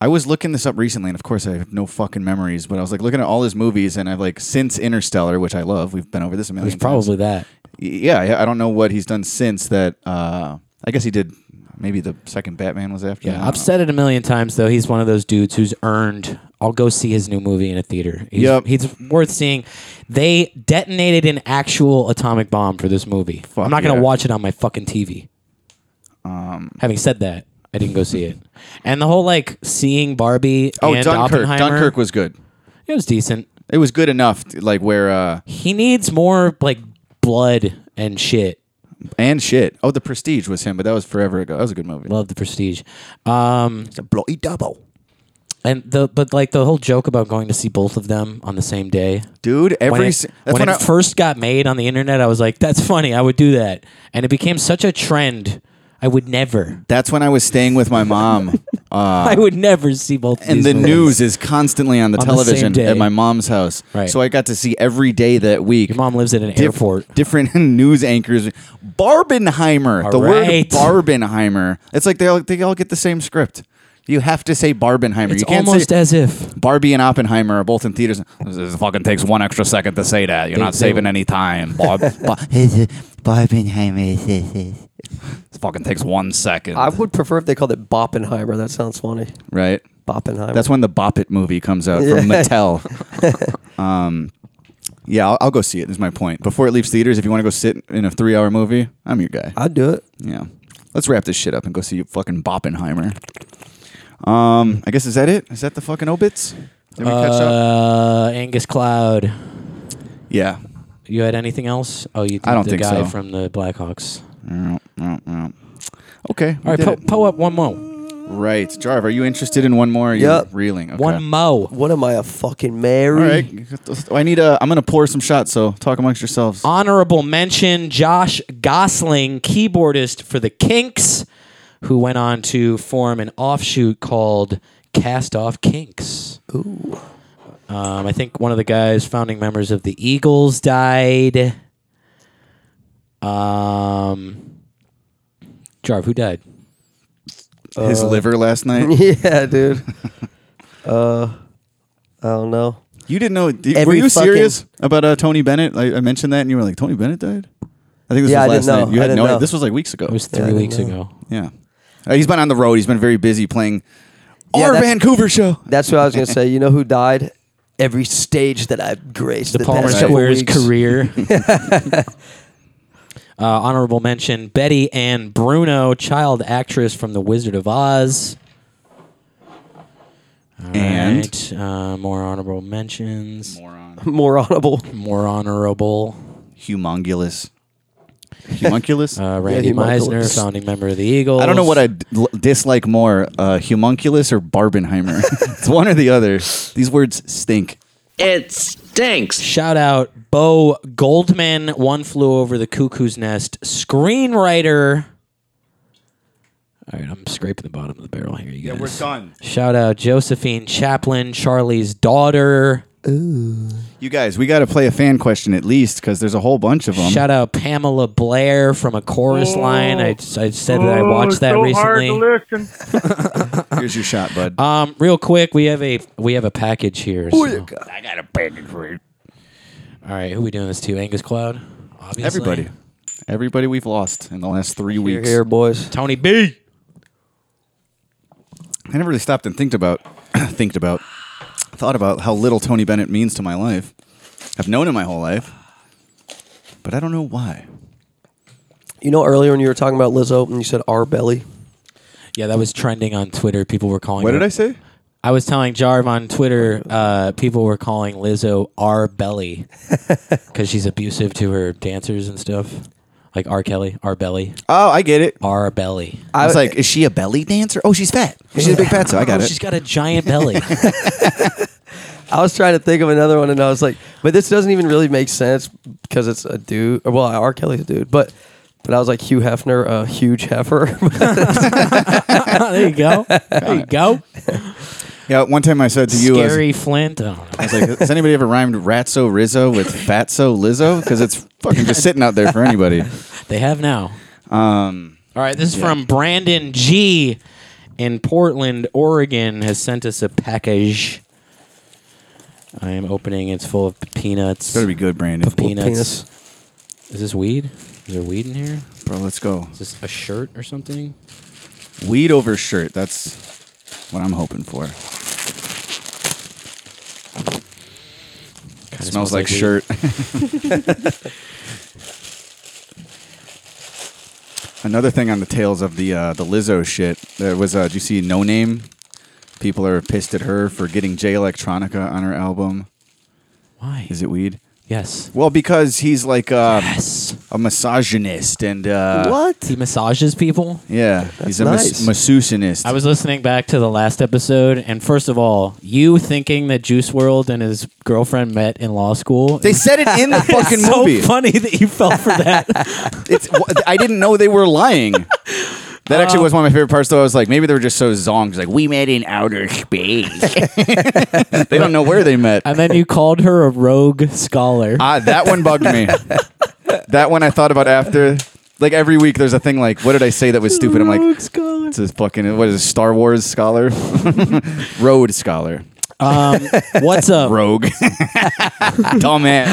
I was looking this up recently, and of course, I have no fucking memories, but I was like looking at all his movies, and I've like since Interstellar, which I love. We've been over this a
It
million
was probably that.
times. Y- Yeah, I- I don't know what he's done since that. Uh, I guess he did. Maybe the second Batman was after. that. I
Yeah,
don't
I've
know.
said it a million times though. He's one of those dudes who's earned. I'll go see his new movie in a theater. He's,
Yep.
he's worth seeing. They detonated an actual atomic bomb for this movie. I'm not gonna
yeah. Um,
watch it on my fucking TV. Having said that, I didn't go see it. And the whole like seeing Barbie
Oh,
and
Dunkirk.
Oppenheimer,
Dunkirk was good.
it was decent.
It was good enough, t- like where uh
He needs more like blood and shit.
and shit. Oh, the Prestige was him, but that was forever ago. That was a good movie.
Love the prestige. Um,
It's a bloody double.
And the but like the whole joke about going to see both of them on the same day.
Dude,
When
every
it,
si- that's
when
when
it
I-
first got made on the internet, I was like, "That's funny. I would do that." And it became such a trend. I would never.
that's when I was staying with
[laughs]
my mom. uh,
I would never see both. of
and
these
the
movies.
news is constantly on the
On the same
television
day.
at my mom's house.
Right.
So I got to see every day that week.
Your mom lives at an
diff-
airport.
Different [laughs] news anchors. Barbenheimer.
All
the
right.
word Barbenheimer. It's like they all, they all get the same script. You have to say Barbenheimer.
It's
you can't
almost
say
as if
Barbie and Oppenheimer are both in theaters. It fucking takes one extra second to say that. You're
They-
not
they-
saving
[laughs]
any time. Barb, Bar-
Barbenheimer.
it fucking takes one second.
I would prefer if they called it Boppenheimer. That sounds funny.
right?
Boppenheimer.
That's when the Bop It movie comes out from
Yeah.
Mattel. um,
[laughs]
yeah, I'll, I'll go see it. Is my point. Before it leaves theaters, if you want to go sit in a three-hour movie, I'm your guy.
I'd do it.
Yeah. Let's wrap this shit up and go see fucking Boppenheimer. Um, I guess is that it? Is that the fucking obits? Did we catch up?
Uh, Angus Cloud.
Yeah.
You had anything else? Oh, you.
I don't
the
think
guy
so.
From the Blackhawks.
Mm, mm, mm. Okay. we
All right,
did
po,
it.
po up one more.
Right, Jarve, are you interested in one more? Are you
Yup.
reeling. Okay.
One mo.
What am I a fucking
All
Mary?
right. I need a. I'm gonna pour some shots. So talk amongst yourselves.
Honorable mention: Josh Gosling, keyboardist for the Kinks, who went on to form an offshoot called Cast Off Kinks. Ooh. Um, I think one of the guys, founding members of the Eagles, died. Um, Jarve, who died?
Uh,
His liver last
[laughs]
night.
[laughs] yeah, dude. uh, I don't know.
You didn't know. did- were
Every
you
fucking-
serious about uh, Tony Bennett? I, I mentioned that, and you were like, "Tony Bennett died." I think this
Yeah, I
was last
didn't know.
night. You
I
had
didn't
no.
know.
This was like weeks ago.
It was
I
three
didn't
weeks
know.
ago.
yeah. Uh, he's been on the road. He's been very busy playing
Yeah,
our
that's-
Vancouver show.
That's what I was gonna say. You know who died? Every stage that I've graced
the
the
Palmer
past couple
Square's
weeks.
career.
[laughs]
uh, honorable mention: Betty and Bruno, child actress from The Wizard of Oz. All
And?
right, uh, more honorable mentions. More,
More honorable.
honorable.
[laughs]
Humongulous. Humunculus.
Uh, Randy
he might
Meisner,
list.
founding member of the Eagles.
I don't know what I d- l- dislike more, uh, homunculus or Barbenheimer. [laughs] it's one or the other. These words stink.
It stinks.
Shout out Bo Goldman, One Flew Over the Cuckoo's Nest, screenwriter. All right, I'm scraping the bottom of the barrel here, you guys.
done.
Shout out Josephine Chaplin, Charlie's daughter.
You guys, we got to play a fan question at least because there's a whole bunch of them.
Shout out Pamela Blair from A Chorus Line. I, I said that I
Oh,
watched that
so
recently.
hard to listen.
Here's your shot, bud.
Um, real quick, we have a we have a package here.
Oh,
so-
I got a package for you.
All right, who we doing this to? Angus Cloud, obviously.
Everybody, everybody we've lost in the last three
You're
weeks.
here, boys.
Tony B.
I never really stopped and think about, [clears throat] think about, thought about how little Tony Bennett means to my life. I've known him my whole life, but I don't know why.
You know, earlier when you were talking about Lizzo and you said our belly.
Yeah, that was trending on Twitter. People were calling.
What
her-
did I say?
I was telling Jarv on Twitter. Uh, people were calling Lizzo "R
[laughs]
Belly" because she's abusive to her dancers and stuff, like R Kelly, R Belly,
Oh, I get it.
R Belly.
I was like, is she a belly dancer? Oh, she's fat. She's a big fat, so I got
Oh,
it.
She's got a giant
[laughs]
belly. [laughs]
I was trying to think of another one, and I was like, but this doesn't even really make sense because it's a dude. Or, well, R. Kelly's a dude, but but I was like Hugh Hefner, a huge heifer. [laughs]
there you go. There you go.
Yeah, one time I said to [laughs] you, I was-
Scary Flint. Oh, I don't know.
I was like, has anybody ever rhymed Ratso Rizzo with Fatso Lizzo? Because it's fucking just sitting out there for anybody.
They have now.
Um,
All right, this is from Brandon G in Portland, Oregon, has sent us a package. I am opening. It's full of peanuts.
better be good, Brandon.
peanuts.
Penis.
Is this weed? Is there weed in here?
Bro, let's go.
Is this a shirt or something?
Weed over shirt. That's what I'm hoping for.
Kinda
It smells like
weed. [laughs]
shirt. Another thing on the tails of the uh, the Lizzo shit. There was. Uh, did you see No Name? People are pissed at her for getting Jay Electronica on her album.
Why?
Is it weed?
Yes.
Well, because he's like uh,
Yes.
a misogynist and uh,
He massages people.
Yeah, he's a
nice.
mas- masseusinist.
I was listening back to the last episode, and first of all, you thinking that Juice World and his girlfriend met in law school.
They said it
[laughs]
in the fucking
it's so
movie.
funny that you fell for that.
It's. wha- I didn't know they were lying. That
Oh.
actually was one of my favorite parts, though. I was like, maybe they were just so zongs. Like, we met in
[laughs]
outer space. they don't know where they met.
[laughs] and then you called her a rogue scholar.
Ah, that one bugged me. that one I thought about after. Like every week, there's a thing like, what did I say that was stupid?
[laughs]
I'm like,
scholar.
it's a fucking what is it, Star Wars scholar, [laughs] road scholar,
Um, what's
[laughs]
up?
rogue, dumbass.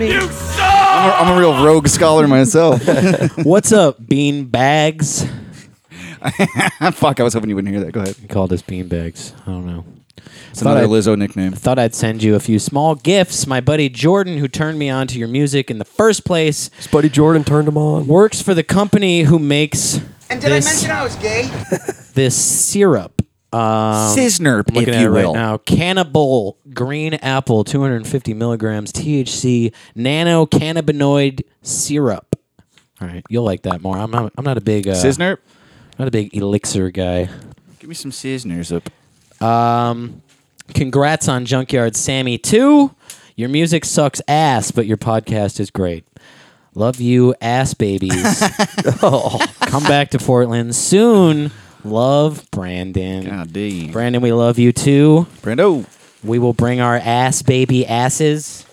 You suck!
I'm a- I'm a real rogue scholar myself. [laughs]
What's up, bean bags?
Fuck, I was hoping you wouldn't hear that. Go ahead.
He called us bean bags. I don't know.
It's another
I-
Lizzo nickname.
Thought I'd send you a few small gifts. My buddy Jordan, who turned me on to your music in the first place,
His buddy Jordan turned him on.
works for the company who makes. And did I mention I was gay? this syrup. Um,
Sisnerp,
I'm looking
if
at
you
it right
will.
now. Cannibal green apple, 250 milligrams THC, nano cannabinoid syrup. All right, you'll like that more. I'm not, I'm not a big uh,
Sisnerp?
Not a big elixir guy.
Give me some Sisners up.
Um, congrats on Junkyard Sammy too. Your music sucks ass, but your podcast is great. Love you, ass
[laughs]
babies. Oh. Come back to Portland soon. Love Brandon. God
damn.
Brandon, we love you too.
Ah, Brando.
We will bring our ass baby asses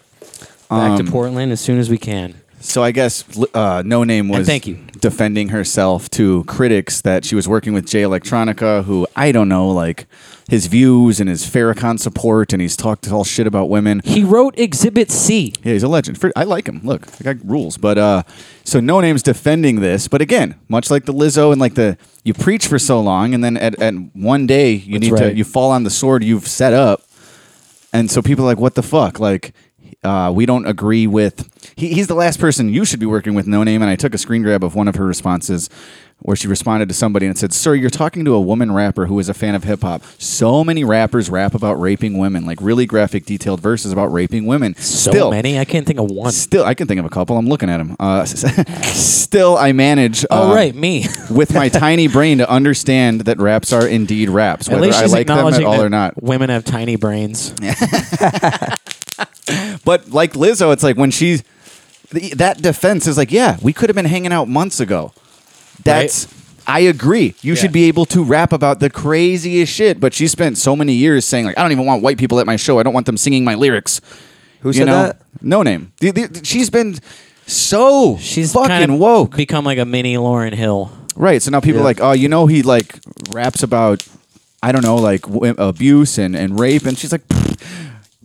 back
Um,
to Portland as soon as we can.
So I guess l- uh, No Name was
thank you.
defending herself to critics that she was working with Jay Electronica, who I don't know, like his views and his Farrakhan support, and he's talked all shit about women.
He wrote Exhibit C.
Yeah, he's a legend. Fr- I like him. Look, the guy rules. But uh, so No Name's defending this, but again, much like the Lizzo and like the you preach for so long, and then at, at one day you
That's
need
right.
to you fall on the sword you've set up, and so people are like, what the fuck? Like, uh, we don't agree with. He, he's the last person you should be working with, No Name. And I took a screen grab of one of her responses where she responded to somebody and said, Sir, you're talking to a woman rapper who is a fan of hip hop. So many rappers rap about raping women, like really graphic, detailed verses about raping women.
So
Still,
many, I can't think of one.
Still, I can think of a couple. I'm looking at them. Uh, [laughs] still, I manage.
Oh,
um,
right, me. [laughs]
with my tiny brain to understand that raps are indeed raps,
at
whether
least
I
she's
like them at
acknowledging
all
that
or not.
Women have tiny brains.
But like Lizzo, it's like when she's that defense is like, yeah, we could have been hanging out months ago. That's I agree. You should be able to rap about the craziest shit. But she spent so many years saying like, I don't even want white people at my show. I don't want them singing my lyrics. Who
said that?
No name. The- the- She's been so
She's
fucking
kind of
woke.
Become like a mini Lauren Hill.
Right. So now people
Yeah.
are like, oh, you know, he like raps about, I don't know, like w- abuse and, and rape. And she's like, "Pfft,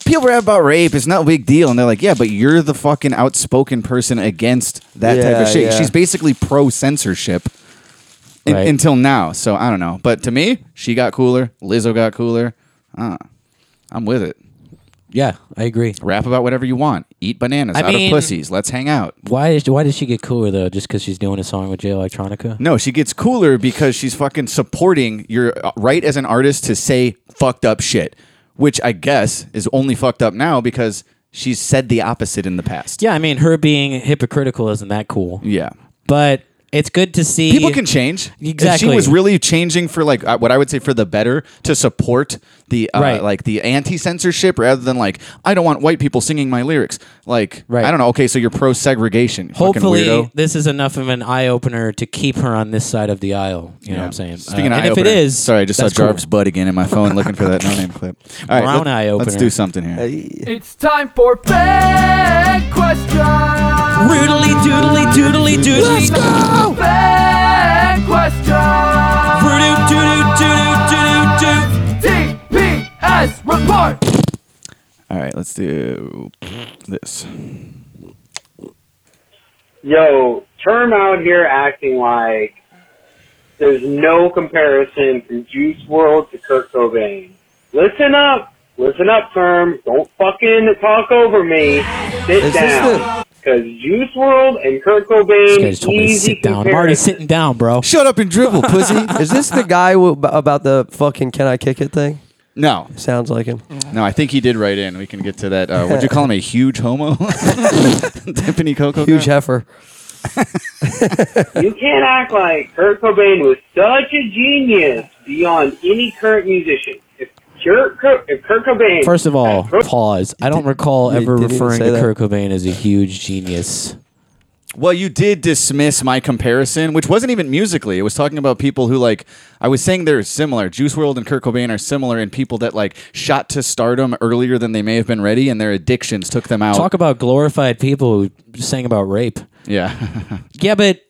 people rap about rape. It's not a big deal. And they're like, yeah, but you're the fucking outspoken person against that type of
Yeah,
shit.
yeah.
She's basically pro censorship. in-
Right.
until now, so I don't know. But to me, she got cooler. Lizzo got cooler. Uh, I'm with it.
Yeah, I agree.
Rap about whatever you want. Eat bananas
I
out
mean-
of pussies. Let's hang out.
Why is why did she get cooler though? Just because she's doing a song with Jay Electronica?
No, she gets cooler because she's fucking supporting your uh, right as an artist to say fucked up shit, which I guess is only fucked up now because she's said the opposite in the past.
Yeah, I mean her being hypocritical isn't that cool.
Yeah.
But it's good to see
Mm. People can change. If
Exactly.
she was really changing for like uh, what I would say for the better to support the uh,
Right.
like the anti censorship rather than like I don't want white people singing my lyrics. Like I don't know. Okay, so you're pro segregation.
Hopefully, this is enough of an eye opener to keep her on this side of the aisle. You know what I'm saying?
Speaking
Uh,
of
and if it
eye-opener-
is,
sorry, I just saw
that's cool.
Jarvis Butt again in my phone looking for that no name
[laughs]
clip. All right,
Brown eye
Let's
opener.
do something here.
It's time for bad question.
Roodly doodly doodly doodly. Let's go.
Bad question. TPS report.
All right, let's do this.
Yo, term out here acting like there's no comparison from Juice World to Kurt Cobain. Listen up, listen up, term. Don't fucking talk over me. Sit
Is this
down, because Juice World and Kurt Cobain
This guy just told me to
easy
sit down. I'm already sitting down, bro.
Shut up and dribble, pussy.
[laughs]
Is this the guy w- about the fucking can I kick it thing?
No.
Sounds like him.
No, I think he did write in. We can get to that. Uh, would you call him a huge homo? [laughs] Tiffany Coco.
Huge heifer.
you can't act like Kurt Cobain was such a genius beyond any current musician. If Kurt, Co- if Kurt Cobain,
First of all, pause. I don't recall
Did-
ever
did he even
referring
say
to
that?
Kurt Cobain as a huge genius.
Well, you did dismiss my comparison, which wasn't even musically. It was talking about people who like I was saying they're similar. Juice World and Kurt Cobain are similar in people that like shot to stardom earlier than they may have been ready, and their addictions took them out.
Talk about glorified people who sang about rape.
yeah. [laughs]
Yeah, but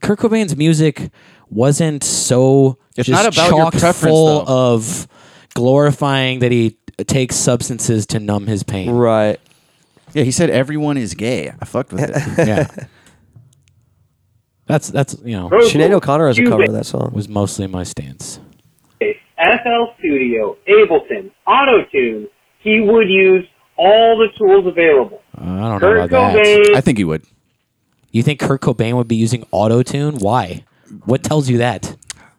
Kurt Cobain's music wasn't so
It's
just
not about your
chock
preference,
full of glorifying that he takes substances to numb his pain.
Right.
Yeah, he said everyone is gay. I fucked with it.
yeah. That's that's you know.
Sinead O'Connor has a cover of that song.
Was mostly my stance.
FL Studio, Ableton, Auto-Tune, he would use all the tools available.
Uh, I don't
Kurt
know about that.
Cobain-
I think he would.
You think Kurt Cobain would be using auto tune? Why? What tells you that?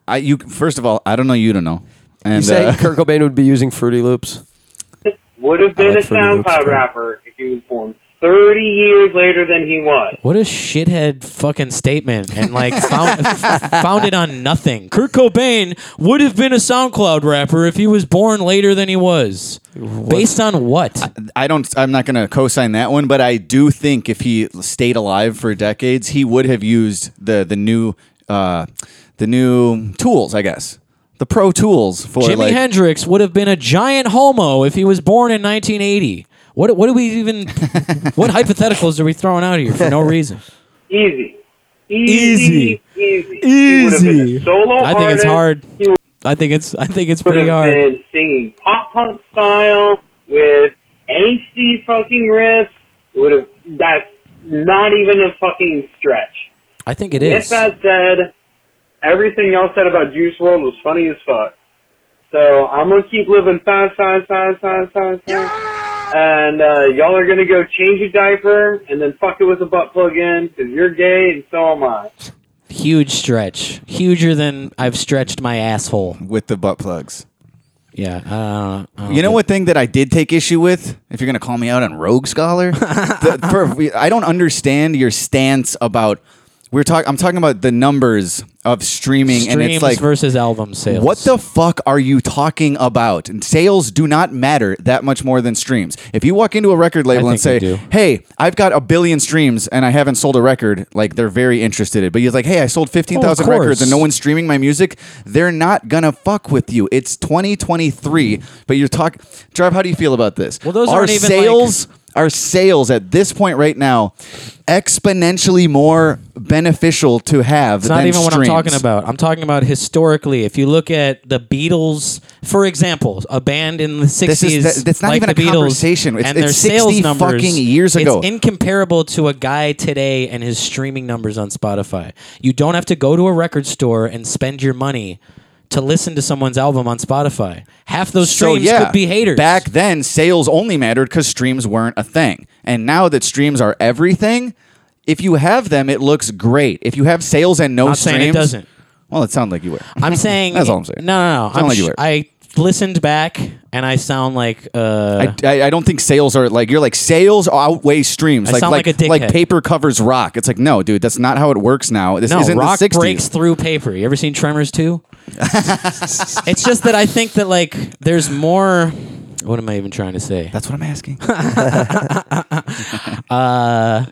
I you first of all, I don't know you don't know. And
you say
uh,
Kurt Cobain would be using Fruity [laughs] Loops.
Would have
I
been
like
a
Fruity Loops,
SoundCloud
bro.
rapper if he was born 30 years later than he was.
What a shithead fucking statement, and like found, [laughs] founded on nothing. Kurt Cobain would have been a SoundCloud rapper if he was born later than he was. Based on what?
[laughs] I don't. I'm not going to co-sign that one, but I do think if he stayed alive for decades, he would have used the the new uh, the new tools, I guess, the pro tools for
Jimi
like.
Hendrix would have been a giant homo if he was born in 1980. What what do we even? what hypotheticals are we throwing out here for no reason?
Easy.
Easy.
Easy. Easy. He would have been a solo
I think
artist.
it's hard.
He would
I think it's I think it's
would
pretty
have
hard.
been singing pop punk style with angsty fucking riffs. Would have that's not even a fucking stretch.
I think it
If
is.
that said, everything y'all said about Juice World was funny as fuck. So I'm gonna keep living fast, fast, fast, fast, fast, fast. And uh, y'all are gonna go change your diaper and then fuck it with a butt plug in because you're gay and so am I.
Huge stretch, huger than I've stretched my asshole
with the butt plugs.
Yeah, uh, I don't
You know what thing that I did take issue with? If you're going to call me out on Rogue Scholar, the, for, I don't understand your stance about. We're talking. I'm talking about the numbers of streaming,
Streams
and it's like
versus album sales.
What the fuck are you talking about? And sales do not matter that much more than streams. If you walk into a record label and
think they
say, "Hey, I've got a billion streams and I haven't sold a record," like they're very interested in. But you're like, "Hey, I sold fifteen thousand
Oh, course.
records and no one's streaming my music." They're not gonna fuck with you. It's 2023, but you're talking. Jarv, how do you feel about this? Well,
those
are
aren't even, like-
sales. Our sales at this point right now exponentially more beneficial to have
It's not
than
even what I'm
streams.
talking about. I'm talking about historically. If you look at the Beatles, for example, a band in the 60s,
This is- that- that's not
like
even
the
a
Beatles,
conversation. It's-
and
it's
their
60
sales numbers,
fucking years ago.
It's incomparable to a guy today and his streaming numbers on Spotify. You don't have to go to a record store and spend your money to listen to someone's album on Spotify. Half those streams could be haters.
Back then, sales only mattered because streams weren't a thing. And now that streams are everything, if you have them, it looks great. If you have sales and no
Not
streams,
saying it doesn't.
Well, it sounds like you were.
I'm saying
that's all I'm saying.
No, no, no.
Sound
I'm
like you
sh-
were.
I listened back and I sound like uh,
I, I, I don't think sales are like you're like sales outweigh streams.
I
like
sound like a dickhead.
like paper covers rock. It's like no, dude, that's not how it works now. This
no,
isn't
rock
the 60s.
breaks through paper. You ever seen Tremors
[laughs]
2? it's just that I think that like there's more what am I even trying to say?
That's what
[laughs]
I'm asking.
uh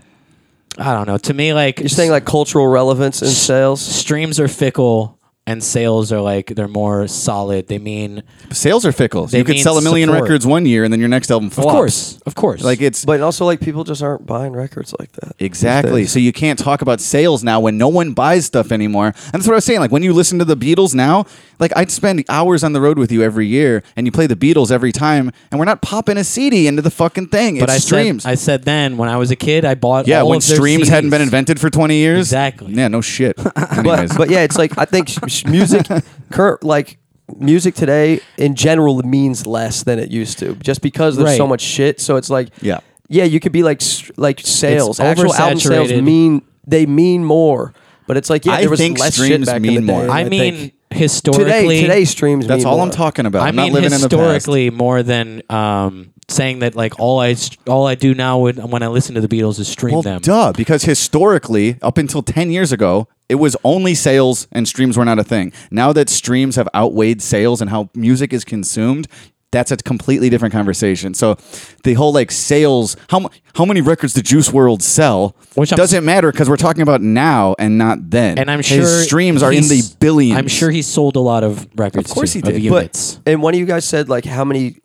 I don't know. To me like
You're saying like cultural relevance in sales.
streams are fickle and sales are like they're more solid. They mean
sales are fickle.
They
you could
mean
sell a million
support.
records one year and then your next album
Of
flops.
course. Of course.
Like it's
But also like people just aren't buying records like that.
Exactly. So you can't talk about sales now when no one buys stuff anymore. And that's what I was saying. Like when you listen to the Beatles now, like I'd spend hours on the road with you every year, and you play the Beatles every time, and we're not popping a CD into the fucking thing.
but
it's
I
streams.
said I said then when I was a kid I bought
yeah,
all
when
of their
streams
CDs.
hadn't been invented for twenty years.
Exactly.
Yeah,
[laughs]
no shit. Anyways.
But, but yeah, it's like I think sh-
[laughs]
sh- music, current like music today in general means less than it used to, just because there's so
Right.
much shit. So it's like
Yeah.
yeah, you could be like s- like sales, actual album sales
oversaturated.
mean they mean more, but it's like yeah,
I
there was
think
less shit
streams
back
mean
in the
more.
day.
I,
and
mean
think
historically
today today streams.
that's
mean
all
more.
I'm talking about.
I
I'm
mean,
not living in the past.
historically more than um, saying that like all I all I do now would, when I listen to the Beatles is stream
Well,
them.
duh, because historically, up until 10 years ago, it was only sales and streams were not a thing. Now that streams have outweighed sales and how music is consumed, that's a completely different conversation. So the whole like sales, how mu- how many records did Juice World sell?
Which I'm-
doesn't matter because we're talking about now and not then.
And I'm
His
sure
streams are in
he's-
the billions.
I'm sure he sold a lot of records.
Of course
too,
he did.
Of
But-
units.
And one of you guys said like how many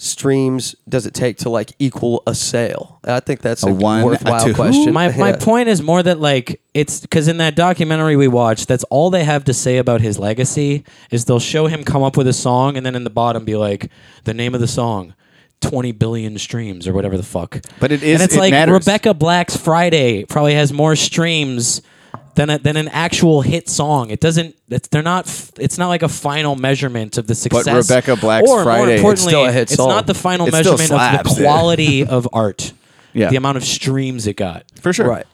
streams does it take to like equal a sale? And I think that's a,
A one, a
worthwhile
two. [laughs]
question.
my my
Yeah.
point is more that like it's because in that documentary we watched, that's all they have to say about his legacy is they'll show him come up with a song and then in the bottom be like the name of the song. 20 billion streams or whatever the fuck.
But it is-
And it's
it
like
matters.
Rebecca Black's Friday probably has more streams than a, than an actual hit song. It doesn't it's, they're not f- it's not like a final measurement of the success.
Rebecca Black's
or,
Friday,
more
it's
importantly,
still a hit song.
It's not the final
It still
measurement
slaps,
of
dude. [laughs]
the quality of art.
Yeah.
The amount of streams it got.
for sure.
Right.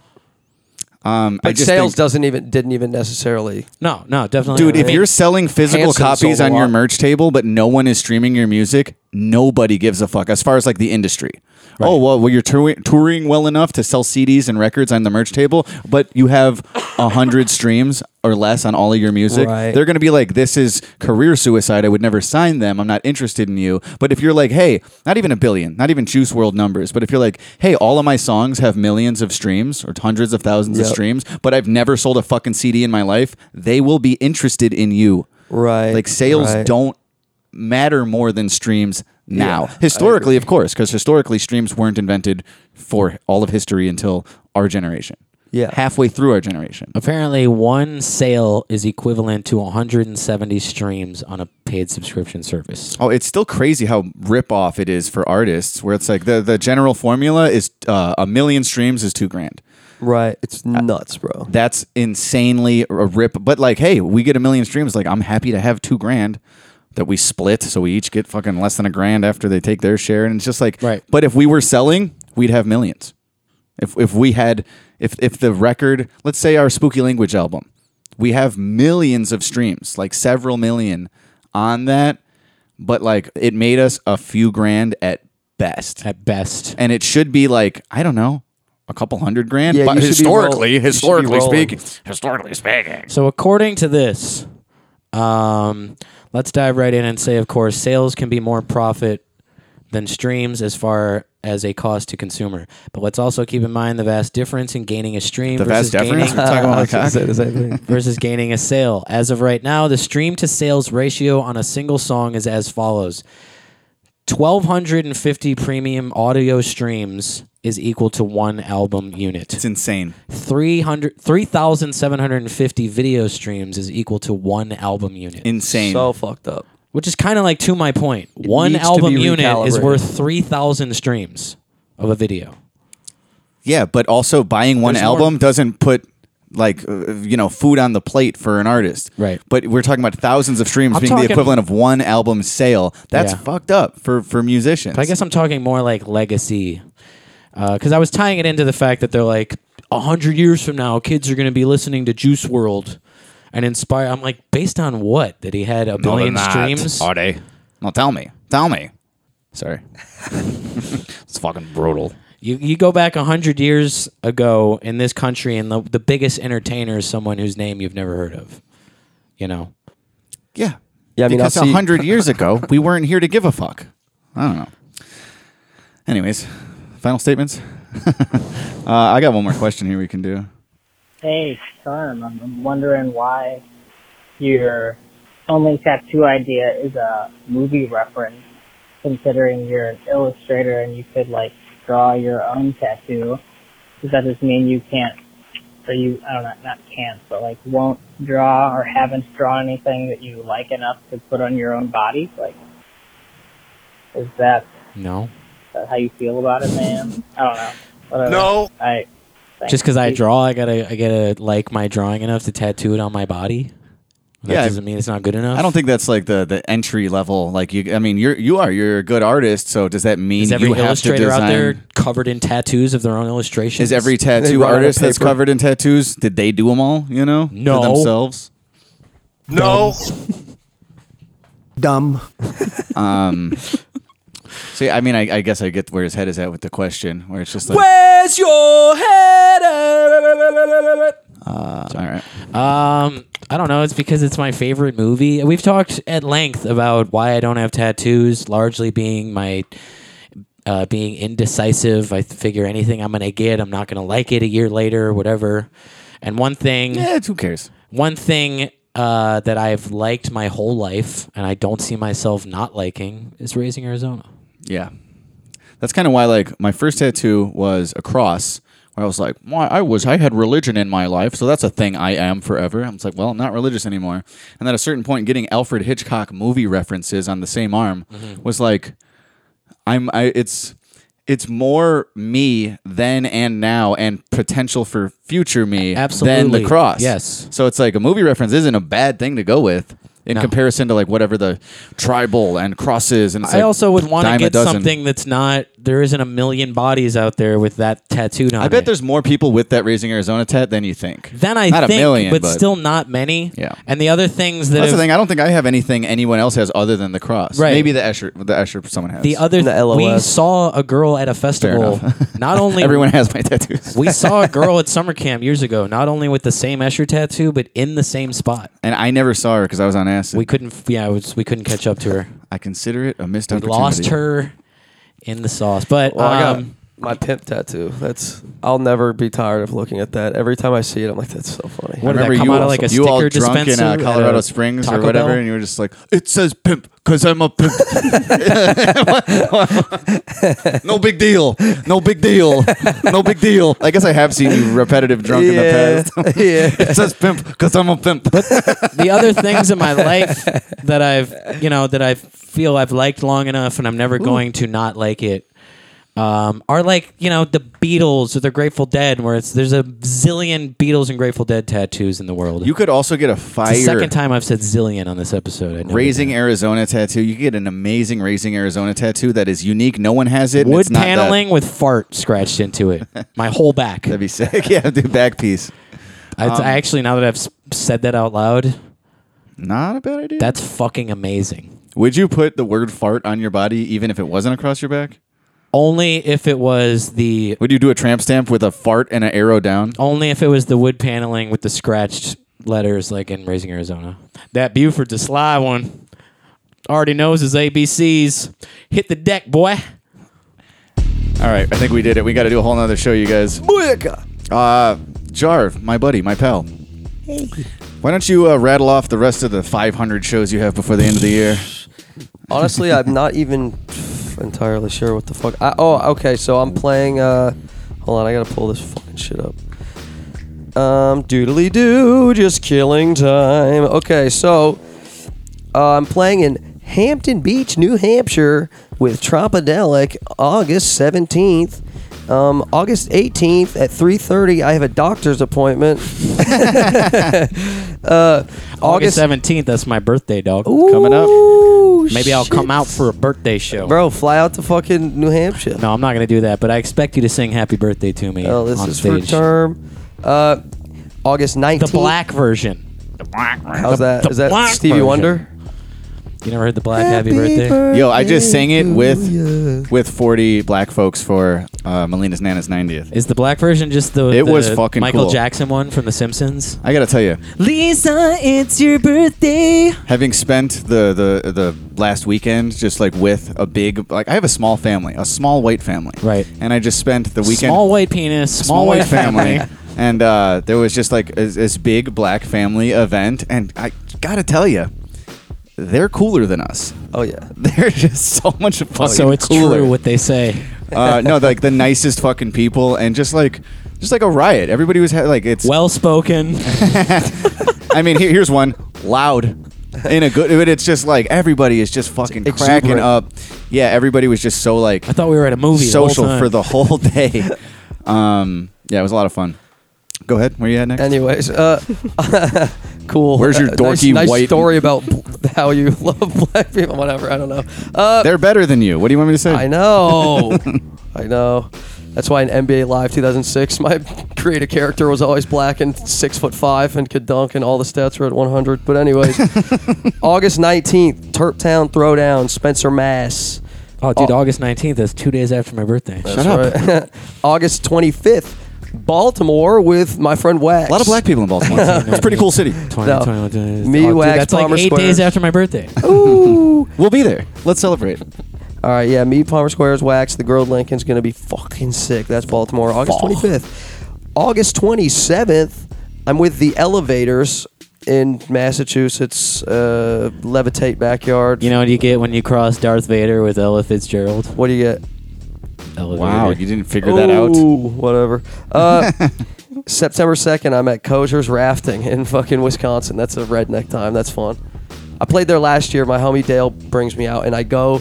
Um, I
But
just
sales
think-
doesn't even didn't even necessarily.
No, no, definitely.
Dude, if you're selling physical
Hanson
copies
sold a
on your
lot.
merch table, but no one is streaming your music, nobody gives a fuck as far as like the industry. Oh, well, well, you're tour- touring well enough to sell CDs and records on the merch table, but you have a hundred [laughs] streams or less on all of your music.
Right.
They're going to be like, this is career suicide. I would never sign them. I'm not interested in you. But if you're like, hey, not even a billion, not even Juice World numbers, but if you're like, hey, all of my songs have millions of streams or hundreds of thousands of
Yep.
streams, but I've never sold a fucking CD in my life, they will be interested in you.
Right.
Like sales
right.
don't matter more than streams now.
I
historically, of course, because historically streams weren't invented for all of history until our generation.
Yeah.
Halfway through our generation.
Apparently, one sale is equivalent to 170 streams on a paid subscription service.
Oh, it's still crazy how rip off it is for artists where it's like the, the general formula is uh, a million streams is two grand.
Right. It's nuts, bro.
That's insanely a rip. But like, hey, we get a million streams. Like, I'm happy to have two grand that we split, so we each get fucking less than a grand after they take their share. And it's just like,
Right.
But if we were selling, we'd have millions. If if we had, if if the record, let's say our Spooky Language album, we have millions of streams, like several million on that. But like, it made us a few grand at best
At best.
and it should be like I don't know, a couple hundred grand.
Yeah,
but
you should be roll-
historically,
you should be
historically
rolling.
speaking, historically speaking,
So, according to this, um, let's dive right in and say, of course, sales can be more profit than streams as far as a cost to consumer. But let's also keep in mind the vast difference in gaining a stream
the
versus
vast deference
gaining
we're talking about.
I
my
said
cock.
the same thing.
[laughs] versus gaining a sale. As of right now, the stream to sales ratio on a single song is as follows 1,250 premium audio streams is equal to one album unit.
It's insane.
300 3,750 video streams is equal to one album unit.
Insane.
So fucked up.
which is kind of like to my point. One
needs to
album
be
unit is
recalibrated.
worth 3,000 streams of a video.
yeah, but also buying one
There's more-
album doesn't put like uh, you know food on the plate for an artist.
Right.
But we're talking about thousands of streams
I'm
being
talking-
the equivalent of one album sale. That's
Yeah.
fucked up for for musicians.
But I guess I'm talking more like legacy, because I was tying it into the fact that they're like a hundred years from now, kids are going to be listening to Juice World and inspire. I'm like, based on what? That he had a billion streams?
Are they? Well, tell me. Tell me. Sorry. it's fucking brutal.
You you go back a hundred years ago in this country, and the the biggest entertainer is someone whose name you've never heard of. You know,
Yeah.
Yeah, I mean,
because
I'll see-
a hundred years ago we weren't here to give a fuck. I don't know. Anyways, final statements. [laughs] uh, I got one more question here we can do.
Hey, Storm, I'm, I'm wondering why your only tattoo idea is a movie reference, considering you're an illustrator and you could, like, draw your own tattoo. Does that just mean you can't, or you, I don't know, not can't, but, like, won't draw or haven't drawn anything that you like enough to put on your own body? Like, is that
no,
Uh, how you feel about it, man? I don't know. Whatever. No. I, thanks.
just because I
Peace.
draw, I gotta I gotta like my drawing enough to tattoo it on my body. That
Yeah, I-
doesn't mean it's not good enough.
I don't think that's like the the entry level. Like you, I mean, you're you are you're a good artist. So does that mean
Is every
you have to
illustrator
design?
out there covered in tattoos of their own illustrations?
Is every
They
tattoo
run out of
artist that's
paper.
covered in tattoos? Did they do them all? You know,
No.
for themselves.
[laughs]
No. Dumb.
Um, see, I mean, I, I guess I get where his head is at with the question, where it's just like,
Where's your head?
uh, all right.
Um, I don't know. It's because it's my favorite movie. We've talked at length about why I don't have tattoos, largely being my uh, being indecisive. I figure anything I'm gonna get, I'm not gonna like it a year later, or whatever. And one thing,
Yeah, it's- who cares?
one thing uh, that I've liked my whole life, and I don't see myself not liking, is Raising Arizona.
Yeah. That's kind of why, like, my first tattoo was a cross where I was like, why I was, I had religion in my life. So that's a thing I am forever. I was like, well, I'm not religious anymore. And at a certain point, getting Alfred Hitchcock movie references on the same arm
Mm-hmm.
was like, I'm, I, it's, it's more me then and now and potential for future me than
Absolutely.
the cross.
Yes.
So it's like a movie reference isn't a bad thing to go with in
No.
comparison to like whatever the tribal and crosses and it's
I
like
also would want
dime
to
a
get
dozen.
something that's not there isn't a million bodies out there with that tattooed on.
I bet
it.
there's more people with that Raising Arizona tat than you think.
Then I
Not
think,
a million,
but, still not many.
Yeah.
And the other things that
That's
have-
the thing. I don't think I have anything anyone else has other than the cross.
Right.
Maybe the Escher, the Escher someone has.
The other, we saw a girl at a festival.
[laughs]
Not only
Everyone has my
[laughs]
tattoos.
we saw a girl at summer camp years ago. Not only with the same Escher tattoo, but in the same spot.
[laughs] And I never saw her because I was on acid.
We couldn't. Yeah, it was, we couldn't catch up to her.
I consider it a missed
We
opportunity.
lost her in the sauce, but
Well, I got
um,
my pimp tattoo. That's I'll never be tired of looking at that. Every time I see it, I'm like, that's so funny.
I remember you, all- you all drunk in uh, Colorado Springs or
Taco
whatever,
Bell?
and you were just like, "It says pimp because I'm a pimp." [laughs] no big deal. No big deal. No big deal. I guess I have seen you repetitive drunk in the past.
[laughs] yeah.
[laughs] it says pimp because I'm a pimp.
the other things
[laughs]
in my life that I've, you know, that I feel I've liked long enough and I'm never
Ooh.
going to not like it um, are like, you know, the Beatles or the Grateful Dead, where it's there's a zillion Beatles and Grateful Dead tattoos in the world.
You could also get a
It's
fire.
the second time I've said zillion on this episode. I know.
Raising Arizona tattoo. You get an amazing Raising Arizona tattoo that is unique. No one has it. and
Wood
it's not that-
paneling with fart scratched into
[laughs]
it. My whole back. That'd
be sick. [laughs] yeah, do back piece.
I,
Um,
I actually, now that I've s- said that out loud,
not a bad idea.
That's fucking amazing.
Would you put the word fart on your body even if it wasn't across your back?
Only if it was the.
Would you do a tramp stamp with a fart and an arrow down?
Only if it was the wood paneling with the scratched letters, like in Raising Arizona. That Buford the Sly one already knows his ABCs. Hit the deck, boy.
All right, I think we did it. We got to do a whole nother show, you guys. Uh, Jarv, my buddy, my pal. Hey. Why don't you uh, rattle off the rest of the 500 shows you have before the end of the year?
Honestly, I'm not even entirely sure what the fuck. I, oh, okay. So I'm playing. Uh, hold on, I gotta pull this fucking shit up. Um, doodly doo, just killing time. Okay, so uh, I'm playing in Hampton Beach, New Hampshire, with Tropadelic, August 17th. Um, August 18th at 3:30, I have a doctor's appointment. [laughs] uh,
August seventeenth. That's my birthday, dog.
Coming up.
Maybe I'll come out for a birthday show.
Bro, fly out to fucking New Hampshire.
No, I'm not gonna do that. But I expect you to sing "Happy Birthday" to me.
Oh, this
on
is
stage.
for term. Uh, August 19th. The
black version. The black version.
How's that? Is
The
that
black
Stevie
version.
Wonder?
You never heard the black Happy, birthday?
Yo, I just sang it with with 40 black folks for uh, Melina's Nana's 90th.
Is the black version just the
It
the
was fucking
Michael
cool.
Jackson one from The Simpsons?
I gotta tell you,
Lisa, it's your birthday.
having spent the, the the last weekend just like with a big like I have a small family, a small white family, right? And I just spent the weekend
Small white penis. Small,
small white family. [laughs] and uh, there was just like this, this big black family event, and I gotta tell you, they're cooler than us. [laughs]
Oh yeah,
they're just so much fun.
so it's true what they say.
uh, no, like the nicest fucking people, and just like just like a riot. Everybody was ha- like, it's
well spoken.
I mean, here, here's one
[laughs]
loud. In a good, but it's just like everybody is just fucking
Exuberant.
cracking up. Yeah, everybody was just so like. I
thought we were at a movie. the whole
Social
time.
for the
[laughs]
whole day. um, yeah, it was a lot of fun. Go ahead. Where you at next?
Anyways, uh, [laughs] cool.
Where's your
Uh, nice-
dorky
nice,
white- [laughs]
story about bl- how you [laughs] love black people? Whatever, I don't know. Uh,
They're better than you. What do you want me to say? [laughs]
I know, I know. That's why in NBA Live 2006, my [laughs] creative character was always black and six foot five and could dunk, and all the stats were at 100.
[laughs]
But anyways, August 19th, Turp Town Throwdown, Spencer, Mass.
Oh, dude, August 19th. That's two days after my birthday.
That's right. [laughs] August 25th, Baltimore with my friend Wax. A lot
of black people in
[laughs]
Baltimore. it's a pretty cool city. 20,
No.
21 days.
Me,
Oh, dude,
Wax,
that's like
Palmer
eight
Squares.
days after my
[laughs]
birthday.
Ooh.
we'll be there. Let's celebrate.
All right, yeah, me, Palmer Squares, Wax, the girl Lincoln's going to be fucking sick. That's Baltimore, August 25th. August 27th, I'm with the Elevators in Massachusetts, uh, Levitate Backyard.
You know what you get when you cross Darth Vader with Ella Fitzgerald?
What do you get?
Elevator.
Wow, you didn't figure that out.
Ooh, Whatever.
[laughs]
Uh, September 2nd, I'm at Kosher's Rafting in fucking Wisconsin. That's a redneck time. That's fun. I played there last year. My homie Dale brings me out, and I go,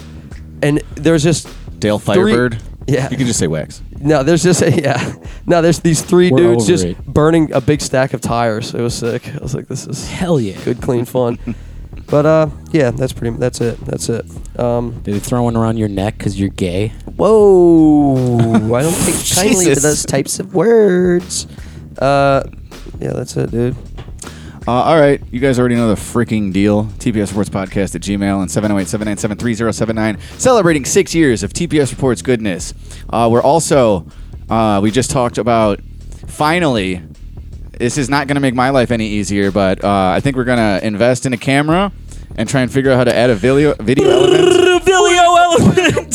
and there's just.
Dale
three-
Firebird.
Yeah.
You can just say wax.
No, there's just [laughs] a, yeah. No, there's these three
We're
dudes
over
just
it.
burning a big stack of tires. It was sick. I was like, this is
hell yeah,
[laughs]
good, clean fun. But uh, yeah, that's pretty. That's it. That's it. Um,
Did they throw one around your neck because you're gay?
Whoa! I don't take [laughs] kindly to
Jesus.
those types of words. Uh, yeah, that's it, dude.
Uh, all right. You guys already know the freaking deal. TPS Reports Podcast at Gmail and 708 797 3079. Celebrating six years of TPS Reports goodness. Uh, we're also, uh, we just talked about finally, this is not going to make my life any easier, but uh, I think we're going to invest in a camera and try and figure out how to add a video, video element.
Vilio Elephant!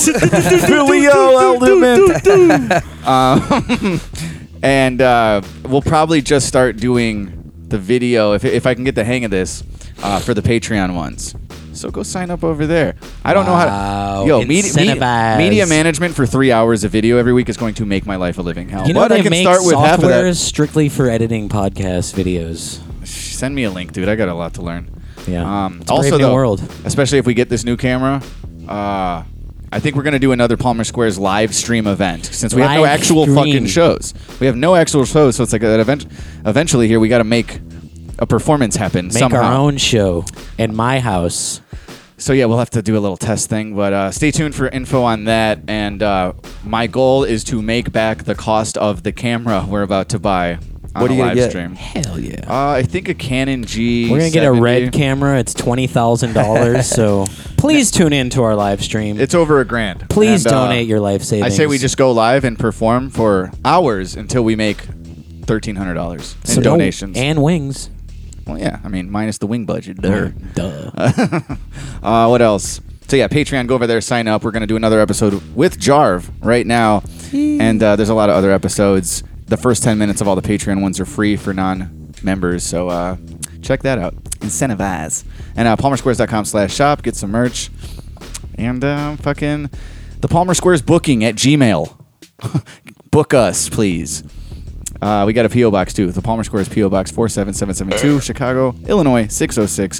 Um, and uh, we'll probably just start doing the video if, if I can get the hang of this uh, for the Patreon ones. So go sign up over there. I don't know how
Wow,
to. Yo, media, media,
incentivize.
media management for three hours of video every week is going to make my life a living
[laughs]
hell.
You know
but
they
I can
make
start with
softwares
half of that.
strictly for editing podcast videos.
Send me a link, dude. I got a lot to learn.
Yeah.
Um,
It's a
also,
brave new
though,
world.
especially if we get this new camera, uh, I think we're going to do another Palmer Squares live stream event since we have no
Live
actual
stream.
fucking shows. We have no actual shows, so it's like that event. Eventually, here we got to make a performance happen
Make
somehow.
our own show in my house.
So yeah, we'll have to do a little test thing, but uh, stay tuned for info on that. And uh, my goal is to make back the cost of the camera we're about to buy on
What are
a
you gonna
live
get?
stream.
Hell yeah!
Uh, I think a Canon G.
We're gonna get a
70.
red camera. It's twenty thousand dollars. So please tune in to our live stream.
It's over a grand.
Please
And, uh,
donate your life savings.
I say we just go live and perform for hours until we make thirteen hundred dollars in
So don't-
donations
and wings.
Well, yeah, I mean minus the wing budget. Duh. Duh. [laughs] uh, what else? So yeah, Patreon. Go over there, sign up. We're gonna do another episode with Jarv right now, and uh, there's a lot of other episodes. The first ten minutes of all the Patreon ones are free for non-members, so uh, check that out. Incentivize and uh, PalmerSquares.com/shop. Get some merch and um, fucking the Palmer Squares booking at Gmail. [laughs] Book us, please. Uh, we got a PO box too. The Palmer Squares PO box 47772, Chicago, Illinois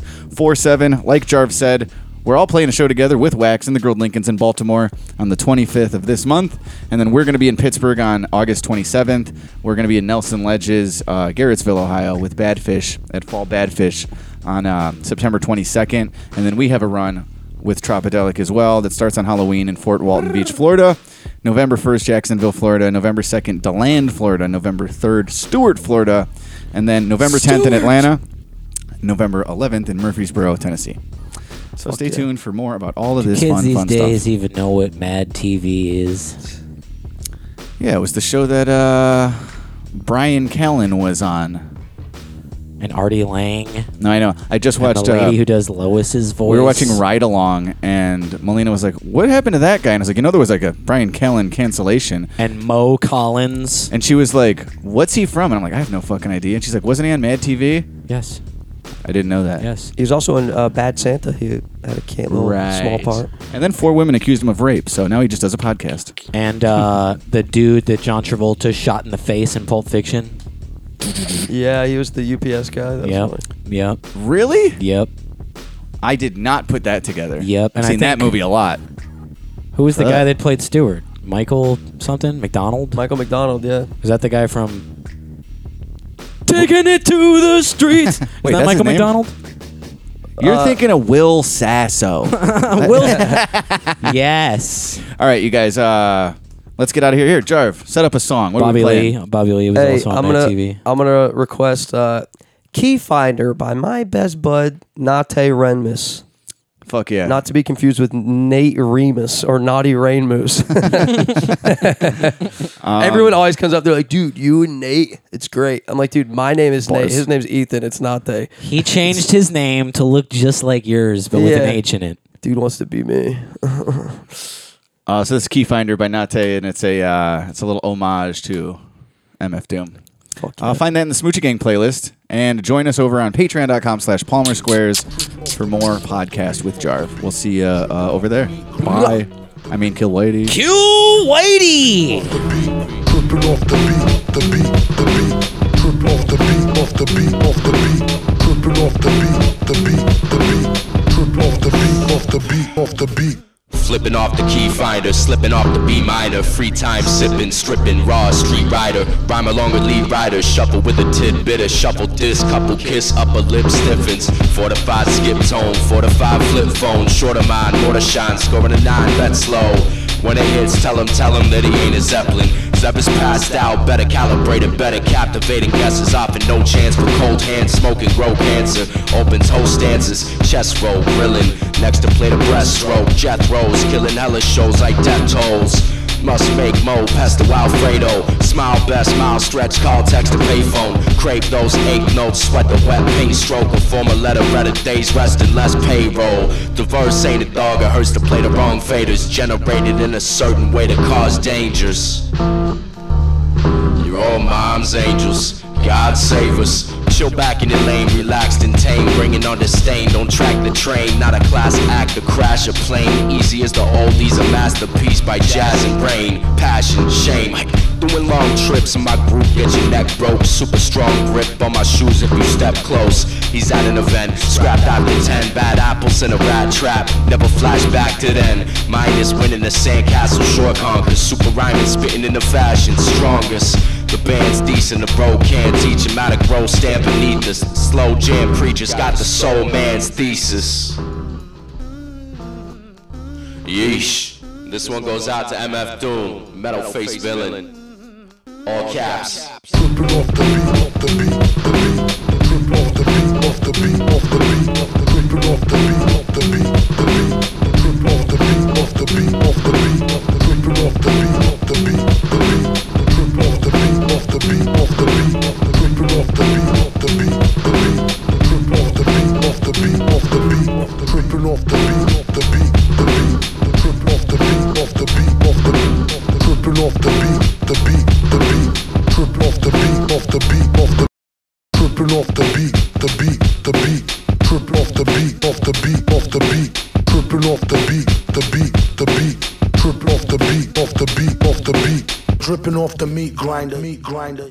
60647. Like Jarv said, we're all playing a show together with Wax and the Grilled Lincolns in Baltimore on the 25th of this month, and then we're going to be in Pittsburgh on August 27th. We're going to be in Nelson Ledges, uh, Garrettsville, Ohio, with Badfish at Fall Badfish on uh, September 22nd, and then we have a run with Tropodelic as well that starts on Halloween in Fort Walton Beach, Florida. November 1st, Jacksonville, Florida. November 2nd, DeLand, Florida. November 3rd, Stewart, Florida. And then November 10th in
Stewart.
Atlanta. November 11th in Murfreesboro, Tennessee. So stay
yeah.
tuned for more about all of
Do
this
kids
fun,
these
fun
days
stuff.
even know what Mad TV is.
Yeah, it was the show that uh, Brian Callen was on.
And Artie Lang.
No, I know. I just
and
watched.
the
uh,
lady who does Lois's voice.
We were watching Ride Along, and Melina was like, "What happened to that guy?" And I was like, "You know, there was like a Brian Callen cancellation."
And Mo Collins.
And she was like, "What's he from?" And I'm like, "I have no fucking idea." And she's like, "Wasn't he on Mad TV?"
Yes.
I didn't know that.
Yes.
He was also in uh, Bad Santa. He had a camp, little small part.
And then four women accused him of rape, so now he just does a podcast.
And uh, the dude that John Travolta shot in the face in Pulp Fiction.
Yeah, he was the UPS guy. That was
Yep.
funny.
Yep.
Really?
Yep.
I did not put that together.
Yep,
I've
and I
seen that
think-
movie a lot.
Who was the
Uh.
guy that played Stewart? Michael something? McDonald?
Michael McDonald. [laughs] Yeah.
Is that the guy from Taking It to the Streets? Is
[laughs] Wait,
that
that's
Michael
his name? [laughs]
McDonald?
You're
Uh,
thinking of Will Sasso. [laughs]
Will. yes.
All right, you guys. Uh, let's get out of here. Here, Jarv, set up a song. What
Bobby
are we playing?
Lee. Bobby Lee was
Hey,
also on
I'm
Mad
gonna [laughs]
TV.
I'm gonna request uh, Key Finder by my best bud Nate Renmus.
Fuck yeah.
[laughs] Not to be confused with Nate Remus or Naughty Rain [laughs] Moose. Everyone always comes up, they're like, dude, you and Nate, it's great. I'm like, dude, my name is Nate.
Bars.
His name's Ethan. It's not they.
He changed his name to look just like yours, but with an
Yeah.
H in it.
Dude wants to be me.
Uh, so this is Key Finder by Nate, and it's a uh, it's a little homage to MF Doom. Uh, find that in the Smoochie Gang playlist, and join us over on patreon.com slash Palmer Squares for more podcast with Jarv. We'll see you uh, over there. Bye. I mean, kill lady.
Q Lady!
Tripping off the beat, the beat, the beat. Trip off the beat, off the beat, off the beat. Flipping off the key finder, slipping off the B minor, free time sipping, stripping, raw street rider, rhyme along with lead rider, shuffle with a tidbit, a shuffle disc, couple kiss, upper lip stiffens, fortified skip tone, fortified flip phone, short of mine, more to shine, scoring a nine, bet slow. When it hits, tell him, tell him that he ain't a Zeppelin. Zepp's passed out, better calibrated, better captivating guesses. Often no chance for cold hands, smoking, grow cancer. Opens whole stances, chest roll, grilling. Next to play the breaststroke, Jethro's killing hella shows like death tolls. Must make mo, pest the Alfredo. Smile best, mile stretch, call text to payphone. Crave those eight notes, sweat the wet paint stroke. A former letter, read a day's rest and less payroll. The verse ain't a dog, it hurts to play the wrong faders. Generated in a certain way to cause dangers. You're all mom's angels. God save us. Chill back in your lane, relaxed and tame. Bringing on disdain, don't track the train. Not a class act, to crash a plane. Easy as the oldies, a masterpiece by jazz and rain. Passion, shame. Doing long trips in my group, get your neck broke. Super strong grip on my shoes if you step close. He's at an event, scrapped after 10. Bad apples in a rat trap. Never flash back to then. Mine is winning the sandcastle short conquer. Super rhyming, spitting in the fashion, strongest. The band's decent, the bro can't teach him how to grow. Stand beneath us. Slow jam preachers got the soul man's thesis. Yeesh. This one goes out to MF Doom, Metal Face Villain. All caps.
Dripping off the meat grinder, meat grinder.